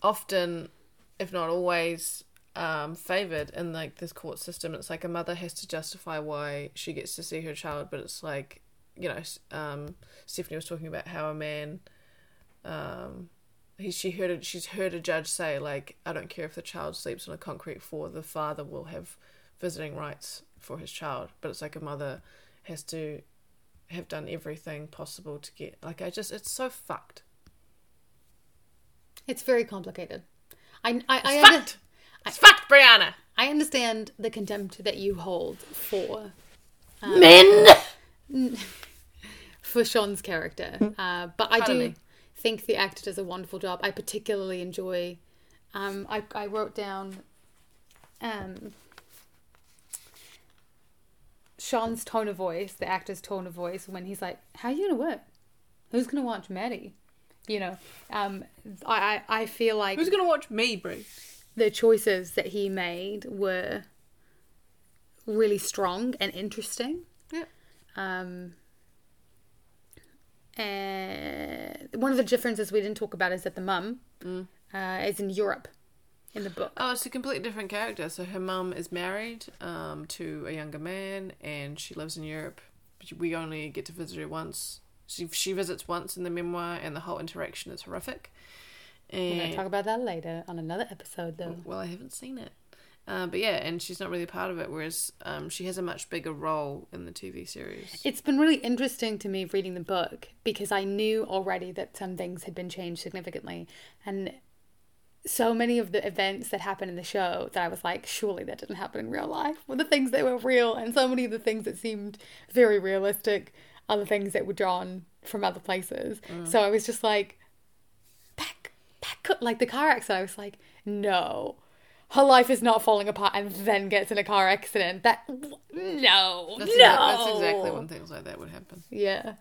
often, if not always, um, favored in like this court system. It's like a mother has to justify why she gets to see her child, but it's like you know, s- um, Stephanie was talking about how a man, um, he she heard a, she's heard a judge say like, I don't care if the child sleeps on a concrete floor, the father will have visiting rights for his child, but it's like a mother has to have done everything possible to get like I just it's so fucked. It's very complicated. I I I, It's under- fucked. It's fucked, Brianna. I understand the contempt that you hold for Um, Men! for Sean's character, uh, but I do Totally. think the actor does a wonderful job. I particularly enjoy. Um, I I wrote down. Um, Sean's tone of voice, the actor's tone of voice, when he's like, "How are you gonna work? Who's gonna watch Maddie?" You know, um, I I I feel like Who's gonna watch me, Brie? the choices that he made were really strong and interesting. Yeah. Um, and one of the differences we didn't talk about is that the mum uh, is in Europe in the book. Oh, it's a completely different character. So her mum is married um, to a younger man, and she lives in Europe. But We only get to visit her once. She she visits once in the memoir, and the whole interaction is horrific. We're going And to talk about that later on another episode, though. well, I haven't seen it, uh, but yeah, and she's not really part of it. Whereas um, she has a much bigger role in the TV series. It's been really interesting to me reading the book because I knew already that some things had been changed significantly. And so many of the events that happened in the show that I was like, surely that didn't happen in real life were the things that were real. And so many of the things that seemed very realistic are the things that were drawn from other places. Mm. So I was just like, that, that could, like the car accident, I was like, no. Her life is not falling apart and then gets in a car accident. That, no, That's no. exa- that's exactly when things like that would happen. Yeah.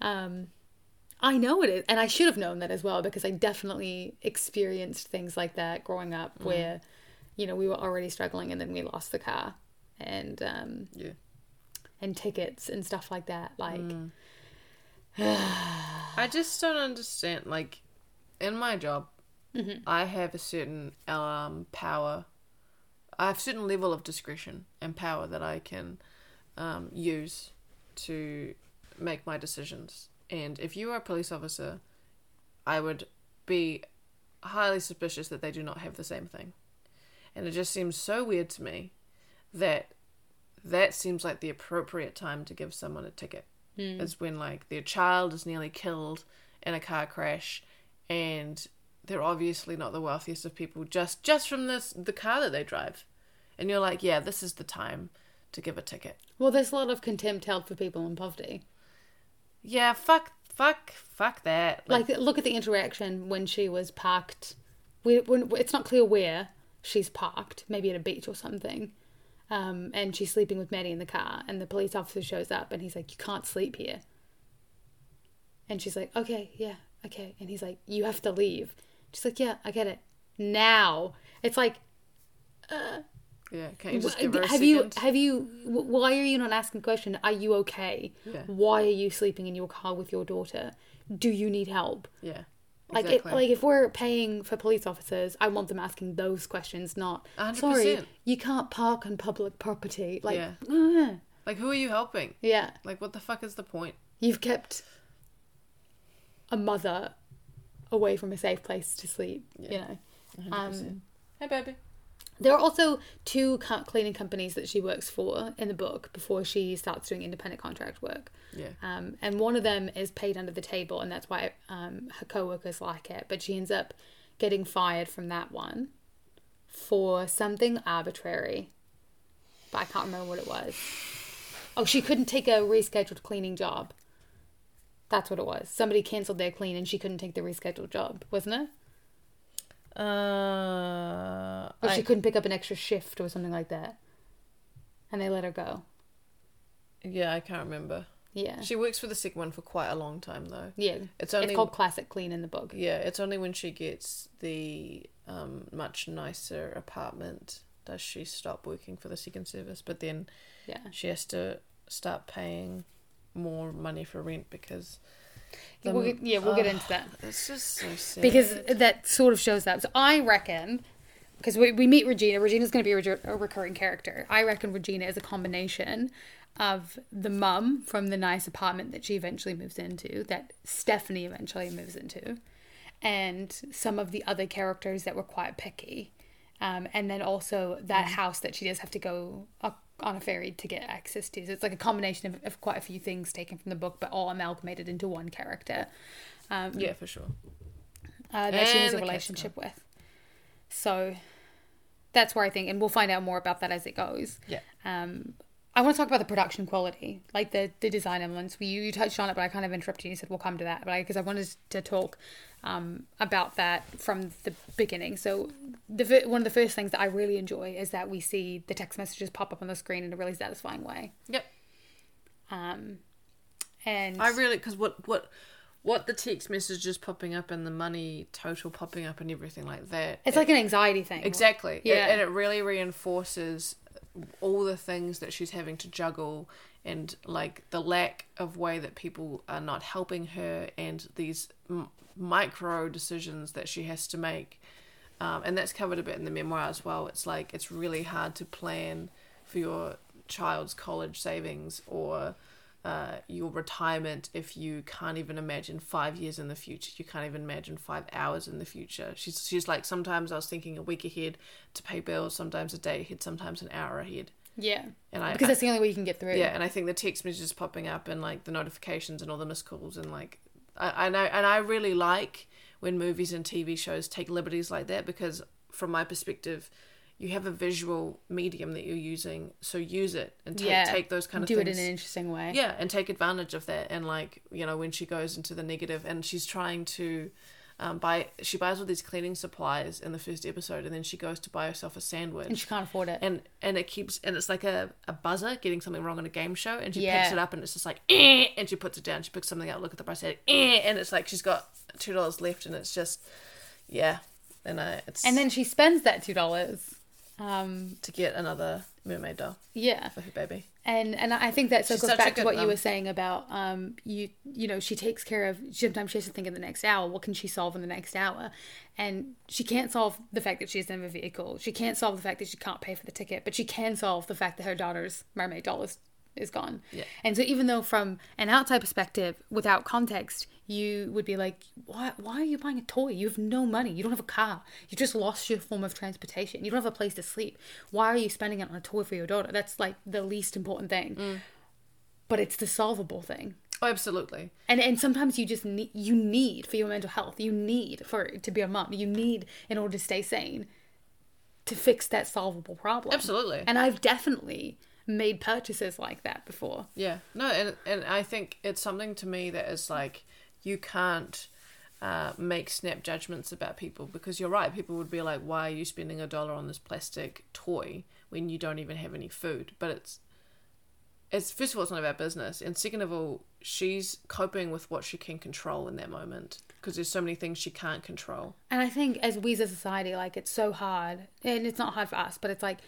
Um I know it is and I should have known that as well because I definitely experienced things like that growing up where you know we were already struggling and then we lost the car and um Yeah. and tickets and stuff like that like I just don't understand. Like, in my job, I have a certain um, power. I have a certain level of discretion and power that I can um, use to make my decisions. And if you are a police officer, I would be highly suspicious that they do not have the same thing. And it just seems so weird to me that that seems like the appropriate time to give someone a ticket. Is when like their child is nearly killed in a car crash, and they're obviously not the wealthiest of people just just from this the car that they drive, and you're like, yeah, this is the time to give a ticket. well there's a lot of contempt held for people in poverty. Yeah, fuck, fuck, fuck that. Like, Like look at the interaction when she was parked we when it's not clear where she's parked, maybe at a beach or something. Um, and she's sleeping with Maddie in the car, and the police officer shows up and he's like, You can't sleep here. And she's like, okay, yeah, okay. And he's like, you have to leave. She's like, yeah, I get it. Now it's like, yeah, can't you just w- give her a have second? you, have you, w- why are you not asking the question? Are you okay? Yeah. Why are you sleeping in your car with your daughter? Do you need help? yeah, Like, exactly. it, like if we're paying for police officers, I want them asking those questions, not hundred sorry, percent. you can't park on public property. Like, Yeah. uh, like who are you helping? yeah. Like, what the fuck is the point? You've kept a mother away from a safe place to sleep, you know. Um, Hey, baby. there are also two co- cleaning companies that she works for in the book before she starts doing independent contract work. Yeah. Um, and one of them is paid under the table, and that's why um, her co workers like it. But she ends up getting fired from that one for something arbitrary. But I can't remember what it was. Oh, she couldn't take a rescheduled cleaning job. That's what it was. Somebody cancelled their clean and she couldn't take the rescheduled job, wasn't it? Uh, Or I- she couldn't pick up an extra shift or something like that. And they let her go. yeah, I can't remember. Yeah. She works for the second one for quite a long time though. yeah. It's only it's called Classic Clean in the book. yeah, it's only when she gets the um, much nicer apartment does she stop working for the second service. But then Yeah. she has to start paying more money for rent because the- We'll get, yeah, we'll get into that. it's just so sad. because that sort of shows up. So I reckon, because we, we meet Regina, Regina's going to be a, re- a recurring character. I reckon Regina is a combination of the mum from the nice apartment that she eventually moves into, that Stephanie eventually moves into, and some of the other characters that were quite picky. Um, and then also that house that she does have to go up on a ferry to get access to. So it's like a combination of, of quite a few things taken from the book, but all amalgamated into one character um, Yeah, for sure. uh, that she And has the a cat's relationship with. So that's where I think, and we'll find out more about that as it goes. Yeah. Um, I want to talk about the production quality, like the, the design elements. We, you, you touched on it, but I kind of interrupted you. You said we'll come to that, but because I, wanted to talk um, about that from the beginning. So the fir- one of the first things that I really enjoy is that we see the text messages pop up on the screen in a really satisfying way. Yep. Um, and I really because what what what the text messages popping up and the money total popping up and everything like that. it's like an anxiety thing. Exactly. Yeah. Yeah. and it really reinforces all the things that she's having to juggle and like the lack of way that people are not helping her and these m- micro decisions that she has to make. Um, and that's covered a bit in the memoir as well. It's like it's really hard to plan for your child's college savings or uh, your retirement if you can't even imagine five years in the future. You can't even imagine five hours in the future. She's she's like sometimes I was thinking a week ahead to pay bills, sometimes a day ahead, sometimes an hour ahead. Yeah. And I, Because that's the only way you can get through. yeah, and I think the text messages popping up and like the notifications and all the missed calls and like I, I know and I really like when movies and TV shows take liberties like that because from my perspective, you have a visual medium that you're using, so use it and take, Yeah. take those kind of do things. it in an interesting way. yeah, and take advantage of that. And like you know, when she goes into the negative and she's trying to. Um, buy she buys all these cleaning supplies in the first episode and then she goes to buy herself a sandwich And she can't afford it. and and it keeps and it's like a, a buzzer getting something wrong on a game show and she Yeah. picks it up and it's just like eh, and she puts it down she picks something up look at the price tag, eh, and it's like she's got two dollars left and it's just yeah and I it's And then she spends that two dollars. Um, to get another mermaid doll yeah. for her baby And and I think that circles such a back to good what you mum. were saying about um you you know, she takes care of sometimes she has to think in the next hour, what can she solve in the next hour? And she can't solve the fact that she doesn't have a vehicle. She can't solve the fact that she can't pay for the ticket, but she can solve the fact that her daughter's mermaid doll is, is gone. Yeah. And so even though from an outside perspective, without context, you would be like, why, why are you buying a toy? You have no money. You don't have a car. You just lost your form of transportation. You don't have a place to sleep. Why are you spending it on a toy for your daughter? That's like the least important thing. But it's the solvable thing. oh absolutely And and sometimes you just need you need for your mental health. You need for to be a mom. You need in order to stay sane to fix that solvable problem. Absolutely. And I've definitely made purchases like that before. Yeah. No, and and I think it's something to me that is like you can't uh, make snap judgments about people because you're right. People would be like, "Why are you spending a dollar on this plastic toy when you don't even have any food?" But it's it's first of all, it's none of our business, and second of all, she's coping with what she can control in that moment because there's so many things she can't control. And I think as we as a society, like it's so hard, and it's not hard for us, but it's like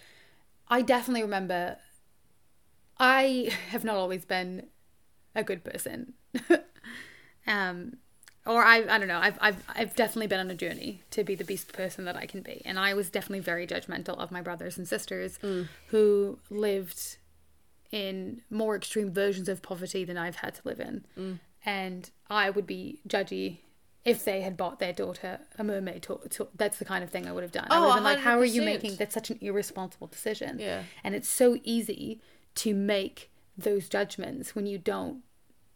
I definitely remember I have not always been a good person. um or I I don't know, I've I've I've definitely been on a journey to be the best person that I can be. And I was definitely very judgmental of my brothers and sisters who lived in more extreme versions of poverty than I've had to live in. And I would be judgy if they had bought their daughter a mermaid to- to- that's the kind of thing I would have done. I Oh, would have been like, how are you 100%. making that's such an irresponsible decision. Yeah. And it's so easy to make those judgments when you don't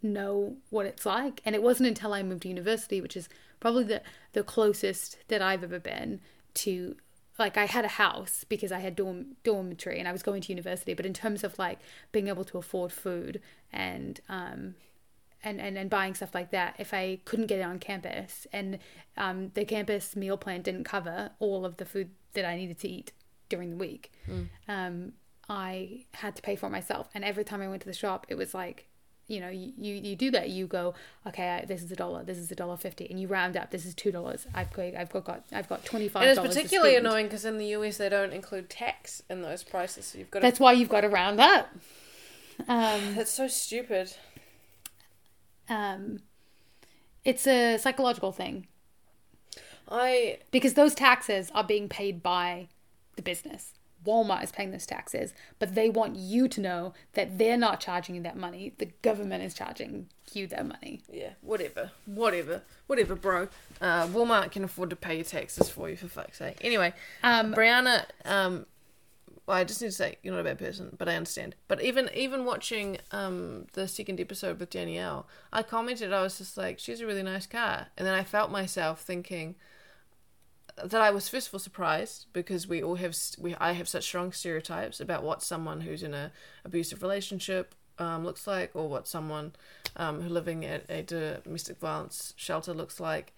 know what it's like. And it wasn't until I moved to university, which is probably the, the closest that I've ever been to like I had a house because I had dorm dormitory and I was going to university, but in terms of like being able to afford food and um and, and, and buying stuff like that if I couldn't get it on campus and um, the campus meal plan didn't cover all of the food that I needed to eat during the week. Hmm. Um, I had to pay for it myself. And every time I went to the shop, it was like, you know, you, you, you do that. You go, okay, I, this is a dollar, this is a dollar fifty, and you round up. This is two dollars. I've got, I've got, got I've got twenty five. And it's particularly annoying because in the US they don't include tax in those prices, so you've got That's why you've got to round up. to. That's so stupid. Um, it's a psychological thing. I because those taxes are being paid by the business Walmart is paying those taxes, but they want you to know that they're not charging you that money. The government is charging you that money. Yeah, whatever, whatever, whatever, bro. Uh, Walmart can afford to pay your taxes for you, for fuck's sake. Anyway, Um, Brianna, um, well, I just need to say you're not a bad person, but I understand. But even even watching um the second episode with Danielle, I commented I was just like, she's a really nice car, and then I felt myself thinking that I was first of all surprised because we all have s- we I have such strong stereotypes about what someone who's in a abusive relationship um, looks like, or what someone um, who living at a domestic violence shelter looks like,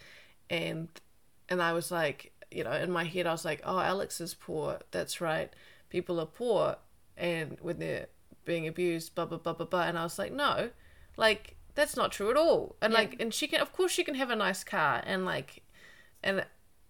and and I was like, you know, in my head I was like, oh, Alex is poor. That's right, people are poor, and when they're being abused, blah blah blah blah blah. And I was like, no, like that's not true at all. And like, and she can, of course, she can have a nice car, and like, and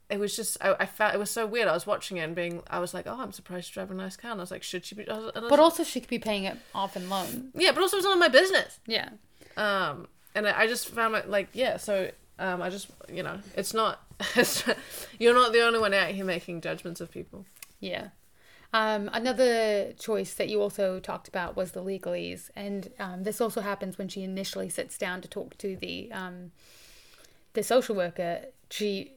it was just I, I felt it was so weird. I was watching it and being I was like, oh, I'm surprised she drive a nice car. And I was like, should she be? I was- I was- but also, she could be paying it off in loan. yeah, but also it's none of my business. Yeah. Um, and I, I just found it like yeah. So um, I just you know it's not it's, you're not the only one out here making judgments of people. Yeah. Um, another choice that you also talked about was the legalese, and um, this also happens when she initially sits down to talk to the um, the social worker. She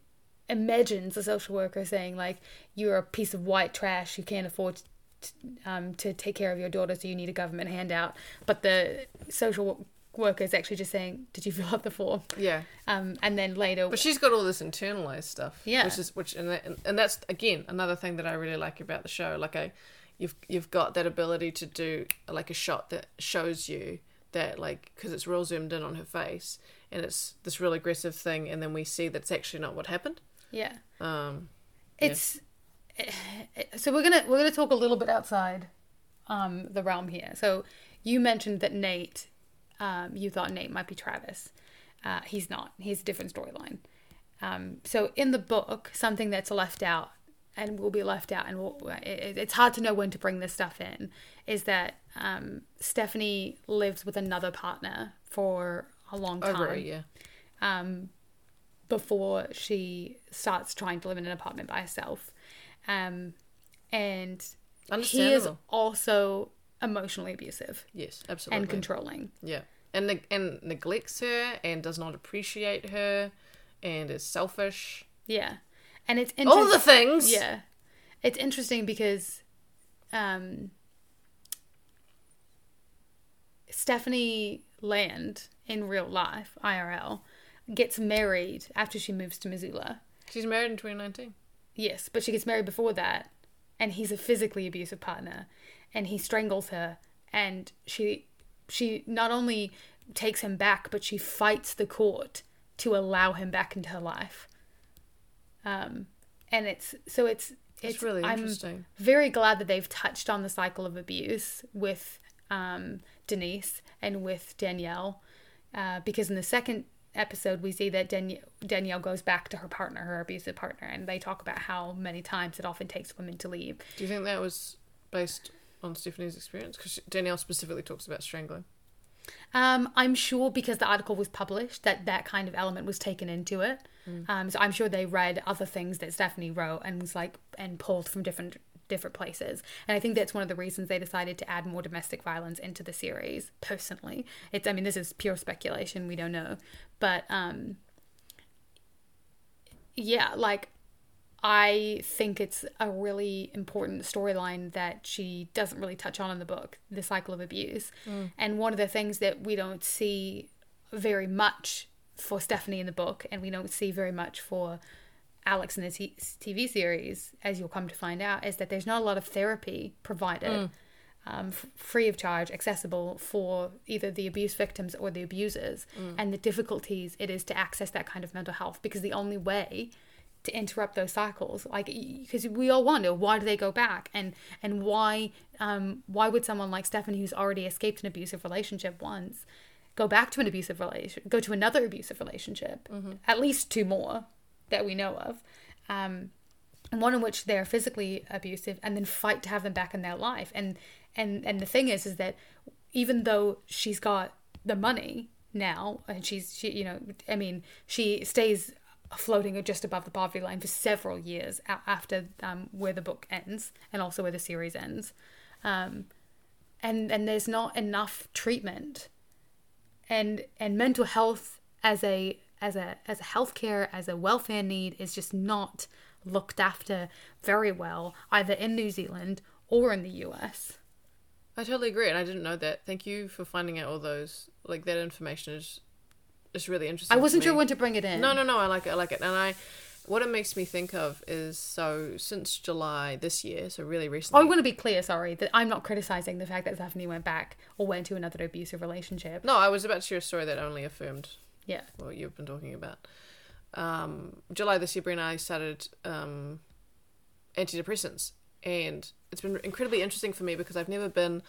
imagines the social worker saying like, "You're a piece of white trash. You can't afford." t um, to take care of your daughter, so you need a government handout. But the social wo- worker is actually just saying, "Did you fill out the form?" Yeah. Um, and then later, But she's got all this internalized stuff. Yeah. Which is which, and that, and that's again another thing that I really like about the show. Like I, you've you've got that ability to do like a shot that shows you that like because it's real zoomed in on her face and it's this real aggressive thing, and then we see that's actually not what happened. yeah, Um. it's eh, so we're gonna we're gonna talk a little bit outside um the realm here so you mentioned that nate um you thought nate might be travis uh he's not he's a different storyline um so in the book something that's left out and will be left out and will, it, it's hard to know when to bring this stuff in is that um stephanie lives with another partner for a long time Over a year. before she starts trying to live in an apartment by herself. Um, and he is Understandable. also emotionally abusive Yes. Absolutely. and controlling. Yeah, and neg- and neglects her and does not appreciate her and is selfish. Yeah. And it's All Oh, the interest- things. Yeah. It's interesting because um, Stephanie Land in real life, IRL, gets married after she moves to Missoula. She's married in 2019. Yes, but she gets married before that, and he's a physically abusive partner, and he strangles her, and she she not only takes him back, but she fights the court to allow him back into her life. Um, and it's so it's it's, really I'm interesting. Very glad that they've touched on the cycle of abuse with um, Denise and with Danielle, uh, because in the second episode we see that Dan- Danielle goes back to her partner, her abusive partner, and they talk about how many times it often takes women to leave. Do you think that was based on Stephanie's experience? Because Danielle specifically talks about strangling. Um, I'm sure because the article was published that that kind of element was taken into it. Um, so I'm sure they read other things that Stephanie wrote and was like and pulled from different different places. And I think that's one of the reasons they decided to add more domestic violence into the series. Personally, it's I mean this is pure speculation. We don't know, but um, yeah, like I think it's a really important storyline that she doesn't really touch on in the book, the cycle of abuse. And one of the things that we don't see very much for Stephanie in the book, and we don't see very much for Alex in the t- TV series, as you'll come to find out, is that there's not a lot of therapy provided, um, f- free of charge, accessible for either the abuse victims or the abusers, and the difficulties it is to access that kind of mental health because the only way to interrupt those cycles like because we all wonder why do they go back and and why um why would someone like stephanie who's already escaped an abusive relationship once go back to an abusive relation go to another abusive relationship at least two more that we know of um and one in which they're physically abusive and then fight to have them back in their life and and and the thing is is that even though she's got the money now and she's she you know i mean she stays floating just above the poverty line for several years a- after um, where the book ends and also where the series ends. Um, and and there's not enough treatment and and mental health as a as a as a healthcare as a welfare need is just not looked after very well either in New Zealand or in the US. I totally agree, and I didn't know that. Thank you for finding out all those. Like that information is is really interesting. I to wasn't me. sure when to bring it in. No, no, no. I like it. I like it. And I, what it makes me think of is so since July this year, so really recently. I want to be clear, sorry, that I'm not criticizing the fact that Stephanie went back or went to another abusive relationship. no, I was about to share a story that only affirmed Yeah. what you've been talking about. Um, July this year, Brie and I started um, antidepressants, and it's been incredibly interesting for me because I've never been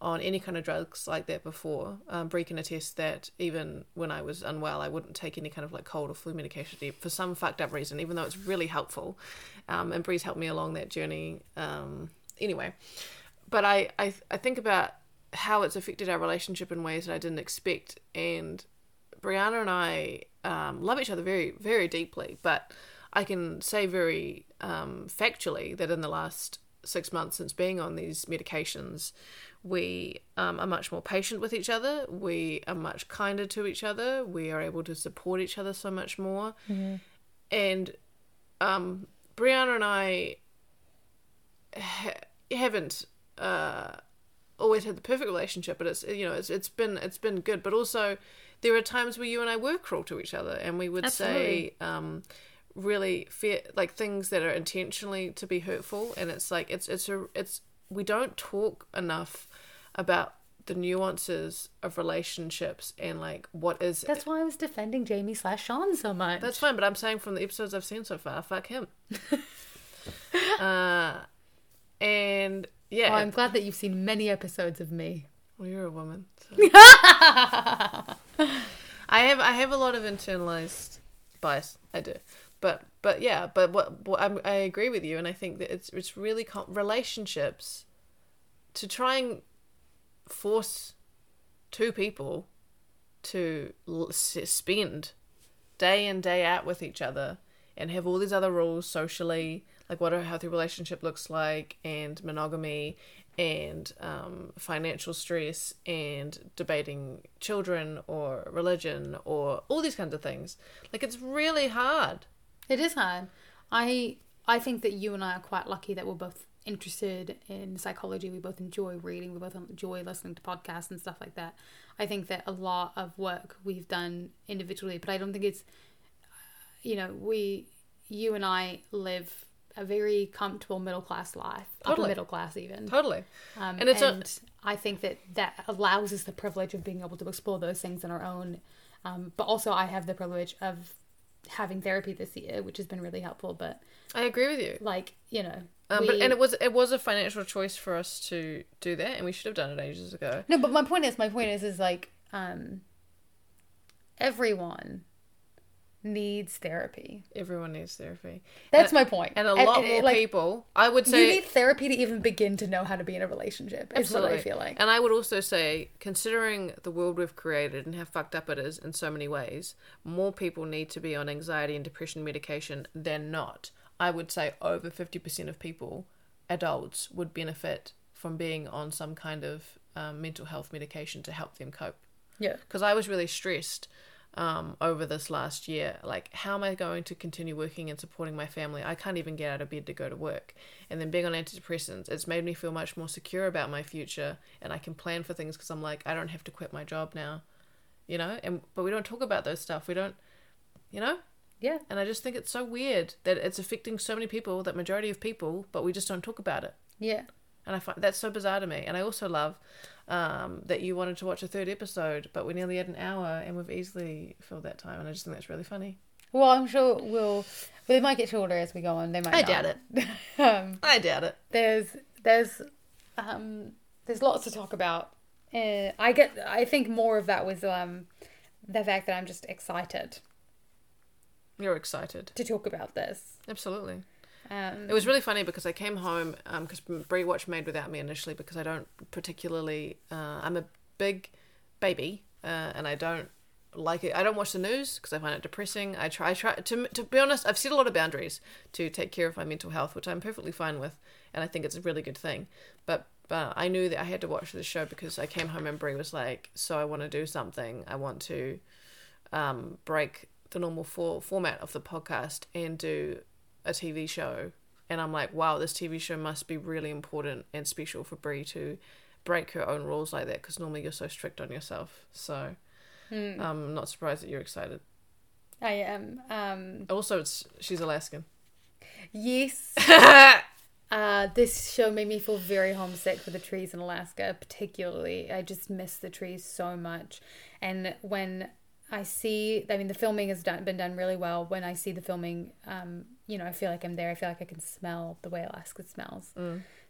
on any kind of drugs like that before. Um, Brie can attest that even when I was unwell, I wouldn't take any kind of like cold or flu medication e- for some fucked up reason, even though it's really helpful. Um, and Bree's helped me along that journey. Um, anyway, but I, I I think about how it's affected our relationship in ways that I didn't expect, and Brianna and I um, love each other very, very deeply, but I can say very um, factually that in the last six months since being on these medications, we um, are much more patient with each other. We are much kinder to each other. We are able to support each other so much more. And um, Brianna and I ha- haven't uh, always had the perfect relationship, but it's you know it's it's been it's been good. But also, there are times where you and I were cruel to each other, and we would Absolutely. say um, really fair, like things that are intentionally to be hurtful. And it's like it's it's a it's we don't talk enough about the nuances of relationships and like what is That's why I was defending Jamie slash Sean so much. that's fine, but I'm saying from the episodes I've seen so far, fuck him. uh, and yeah, Oh, I'm glad that you've seen many episodes of me. well, you're a woman. so. I have I have a lot of internalized bias. I do, but but yeah, but what, what I'm, I agree with you, and I think that it's it's really com- relationships to try and force two people to l- s- spend day in day out with each other and have all these other rules socially like what a healthy relationship looks like and monogamy and um, financial stress and debating children or religion or all these kinds of things like it's really hard It is hard. I I think that you and I are quite lucky that we're both interested in psychology. We both enjoy reading. We both enjoy listening to podcasts and stuff like that. I think that a lot of work we've done individually, but I don't think it's you know we you and I live a very comfortable middle class life, upper Totally. middle class even. totally Um, And it's a- I think that that allows us the privilege of being able to explore those things on our own. Um, but also, I have the privilege of having therapy this year, which has been really helpful. But i agree with you like you know, um, but we- and it was it was a financial choice for us to do that and we should have done it ages ago no. But my point is, my point is, is like um, everyone needs therapy. everyone needs therapy That's my point. and a lot more like, people i would say You need therapy to even begin to know how to be in a relationship. Is what I Absolutely. feel like. And I would also say, considering the world we've created and how fucked up it is in so many ways, more people need to be on anxiety and depression medication than not. I would say over 50% of people, adults, would benefit from being on some kind of um, mental health medication to help them cope Yeah. because I was really stressed um, over this last year. Like, how am I going to continue working and supporting my family? I can't even get out of bed to go to work. And then being on antidepressants, it's made me feel much more secure about my future, and I can plan for things because I'm like, I don't have to quit my job now, you know. And but we don't talk about those stuff. We don't, you know. Yeah. And I just think it's so weird that it's affecting so many people, that majority of people, but we just don't talk about it Yeah. and I find that's so bizarre to me. And I also love um, that you wanted to watch a third episode, but we nearly had an hour and we've easily filled that time. And I just think that's really funny. Well, I'm sure we'll. Well, they might get shorter as we go on. They might. I not. doubt it. um, I doubt it. there's there's um there's lots to talk about uh, i get i think more of that was um the fact that i'm just excited You're excited, to talk about this absolutely. um It was really funny because I came home because Brie watched Made Without Me initially because I don't particularly. Uh, I'm a big baby uh, and I don't like it. I don't watch the news because I find it depressing. I try, I try to to be honest. I've set a lot of boundaries to take care of my mental health, which I'm perfectly fine with, and I think it's a really good thing. But but I knew that I had to watch this show because I came home and Brie was like, "So I want to do something. I want to um, break the normal for- format of the podcast and do a TV show." And I'm like, "Wow, this TV show must be really important and special for Brie to break her own rules like that because normally you're so strict on yourself." So. I'm not surprised that you're excited. I am. Um, Also, it's she's Alaskan. yes. Uh, this show made me feel very homesick for the trees in Alaska, particularly. I just miss the trees so much. And when I see, I mean, the filming has done, been done really well. When I see the filming, um, you know, I feel like I'm there. I feel like I can smell the way Alaska smells.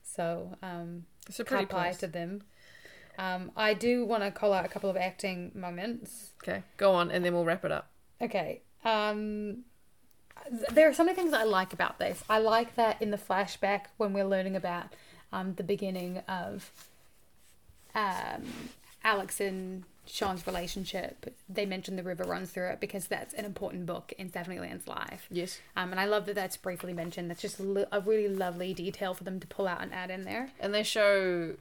So, um, It's a pretty cap high place. to them. Um, I do want to call out a couple of acting moments. Okay, go on, and then we'll wrap it up. Okay. Um, th- there are so many things I like about this. I like that in the flashback when we're learning about um, the beginning of um, Alex and Sean's relationship, they mention the river runs through it because that's an important book in Stephanie Land's life. Yes, Um, and I love that that's briefly mentioned. That's just lo- a really lovely detail for them to pull out and add in there. and they show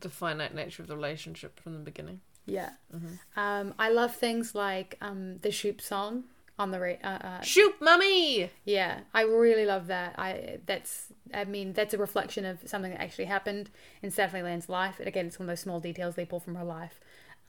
the finite nature of the relationship from the beginning. Yeah. Um, I love things like um, the Shoop song on the ra- uh, uh, Shoot, mummy! Yeah, I really love that. I that's I mean that's a reflection of something that actually happened in Stephanie Land's life. And again, it's one of those small details they pull from her life.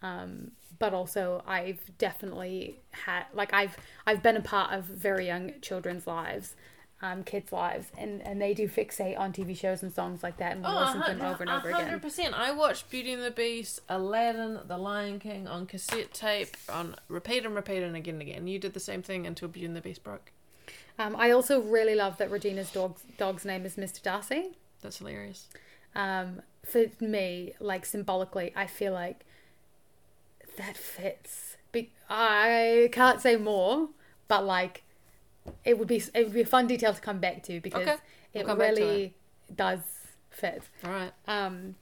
Um, but also, I've definitely had like I've I've been a part of very young children's lives, um, kids' lives, and and they do fixate on TV shows and songs like Oh, that, and we listen to them over and over again. percent. I watched Beauty and the Beast, Aladdin, The Lion King on cassette tape on repeat and repeat and again and again. You did the same thing until Beauty and the Beast broke. Um, I also really love that Regina's dog's dog's name is Mr. Darcy. That's hilarious. um, for me, like symbolically, I feel like that fits. Be- I can't say more, but like it would be it would be a fun detail to come back to because Okay. We'll it come back to really does fit. All right. Um,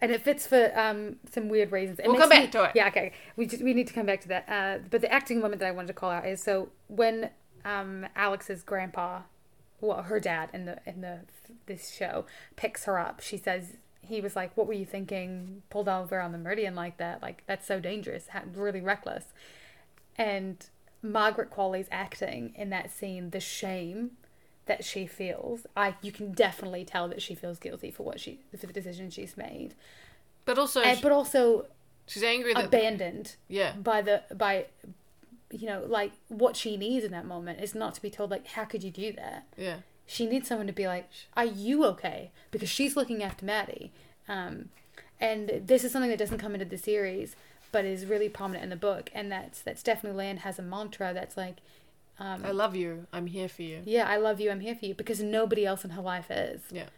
and it fits for um, some weird reasons. It We'll makes come me- back to it. Yeah, okay. We just, we need to come back to that. Uh, but the acting moment that I wanted to call out is so when um, Alex's grandpa, well, her dad in the in the this show picks her up. She says he was like, "What were you thinking? Pulled over on the meridian like that? Like that's so dangerous. ha- Really reckless." And Margaret Qualley's acting in that scene, the shame that she feels, I you can definitely tell that she feels guilty for what she for the decision she's made, But also, and, but also she's angry that abandoned yeah, by the by, you know, like what she needs in that moment is not to be told like, how could you do that? yeah. she needs someone to be like, "Are you okay?" Because she's looking after Maddie, um, and this is something that doesn't come into the series, but is really prominent in the book. And that's that Stephanie Land has a mantra that's like, Um, I love you. I'm here for you. "Yeah, I love you. I'm here for you," because nobody else in her life is. Yeah.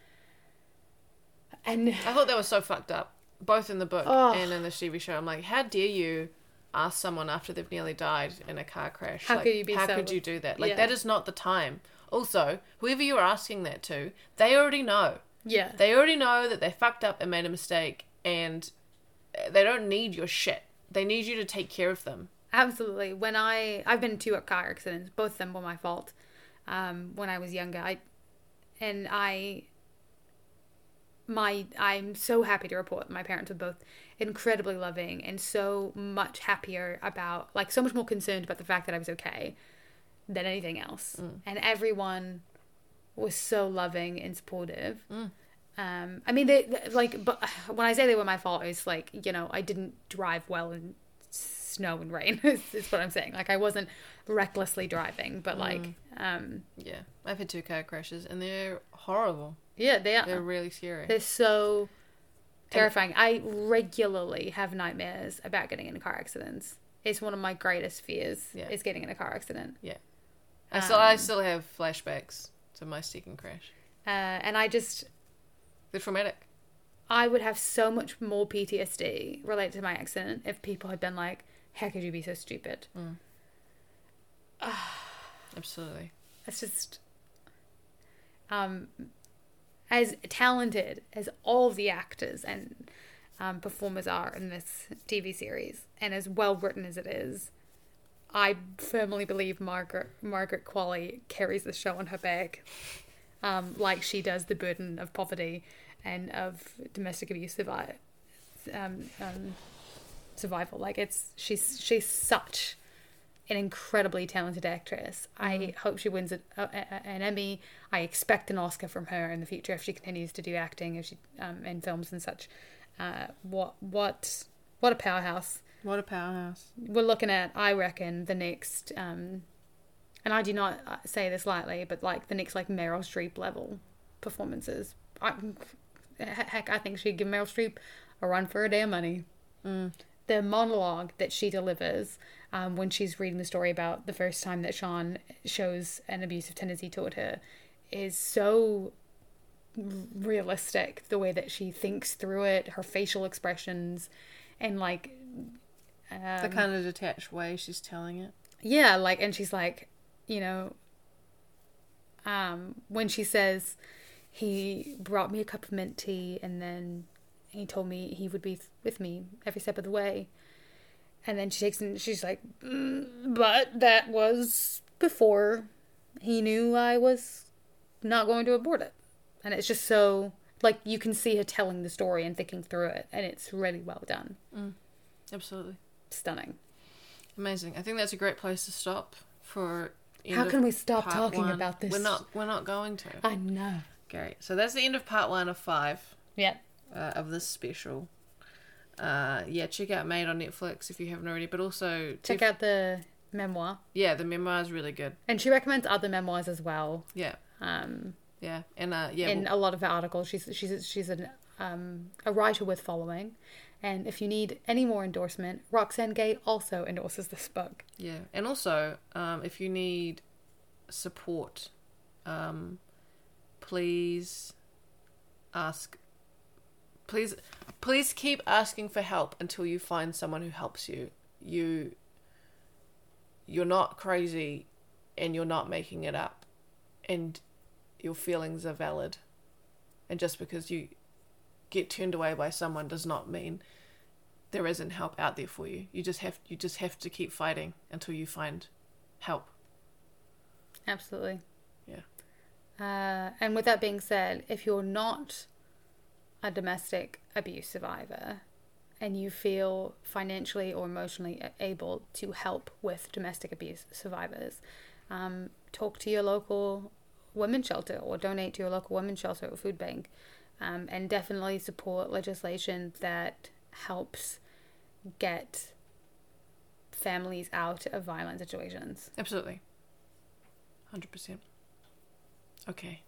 And I thought that was so fucked up, both in the book Oh. and in the TV show. I'm like, how dare you ask someone after they've nearly died in a car crash? How like, could you be How so- could you do that? Like, Yeah. that is not the time. Also, whoever you're asking that to, they already know. yeah, They already know that they fucked up and made a mistake, and they don't need your shit. They need you to take care of them. Absolutely. When I I've been in two car accidents, both of them were my fault. Um, when I was younger, I and I my I'm so happy to report my parents were both incredibly loving and so much happier about like so much more concerned about the fact that I was okay than anything else. And everyone was so loving and supportive. Um, I mean, they, they- like, but when I say they were my fault, it's like you know I didn't drive well in snow and rain. is, is what I'm saying. Like I wasn't recklessly driving, but like, Mm. um, Yeah. I've had two car crashes, and they're horrible. yeah, they are. They're They're, really scary. so terrifying. I regularly have nightmares about getting in car accidents. It's one of my greatest fears. Yeah. Is getting in a car accident. yeah. I still, I still have flashbacks to my second crash. Uh, and I just They're traumatic. I would have so much more PTSD related to my accident if people had been like, "How could you be so stupid?" Absolutely. It's just, um, as talented as all the actors and um, performers are in this TV series, and as well written as it is, I firmly believe Margaret Margaret Qualley carries the show on her back, um, like she does the burden of poverty and of domestic abuse survival. Um, um, survival. Like it's she's she's such an incredibly talented actress. I hope she wins a, a, a- an Emmy. I expect an Oscar from her in the future if she continues to do acting, if she um, in films and such. Uh, what what what a powerhouse! What a powerhouse. we're looking at, I reckon, the next, um, and I do not uh, say this lightly, but like the next like Meryl Streep level performances. I, heck, I think she'd give Meryl Streep a run for her damn money. The monologue that she delivers um, when she's reading the story about the first time that Sean shows an abusive tendency toward her is so realistic the way that she thinks through it her facial expressions and like the kind of detached way she's telling it. yeah like and she's like you know um when she says he brought me a cup of mint tea and then he told me he would be with me every step of the way and then she takes and she's like mm, but that was before he knew i was not going to abort it and it's just so like you can see her telling the story and thinking through it and it's really well done Absolutely. stunning Amazing. I think that's a great place to stop for. end How of can we stop part talking one. about this? We're not. We're not going to. i know Great. So that's the end of part one of five yeah uh, of this special. Uh, yeah, check out Made on Netflix if you haven't already. But also, check def- out the memoir yeah, the memoir is really good. and she recommends other memoirs as well Yeah, um yeah, and uh, yeah, in we'll- a lot of her articles she's she's she's an um a writer with following and if you need any more endorsement roxanne gay also endorses this book yeah, and also, um, if you need support, um, please ask. Please, please keep asking for help until you find someone who helps you. You, you're not crazy, and you're not making it up, and your feelings are valid. And just because you get turned away by someone does not mean there isn't help out there for you. You just have you just have to keep fighting until you find help. absolutely Yeah. uh and with that being said if you're not a domestic abuse survivor and you feel financially or emotionally a- able to help with domestic abuse survivors, um, talk to your local women's shelter or donate to your local women's shelter or food bank. Um, and definitely support legislation that helps get families out of violent situations. Absolutely. 100%. Okay.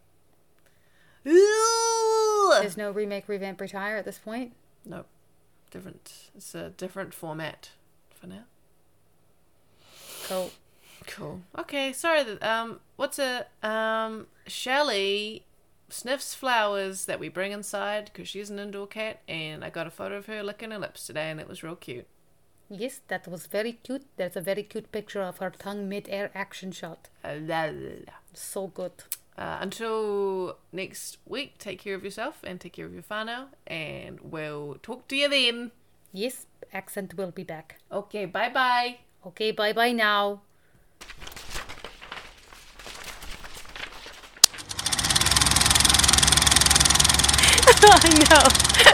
There's no remake, revamp, retire at this point. Nope. Different. It's a different format for now. Cool. Cool. Okay, sorry that um what's a um Shelly sniffs flowers that we bring inside cuz she's an indoor cat and I got a photo of her licking her lips today and it was real cute. Yes, that was very cute. There's a very cute picture of her tongue mid-air action shot. La, la, la. So good. Uh, until next week, take care of yourself and take care of your whānau, and we'll talk to you then. Yes, accent will be back. Okay, bye bye. Okay, bye bye now. I know.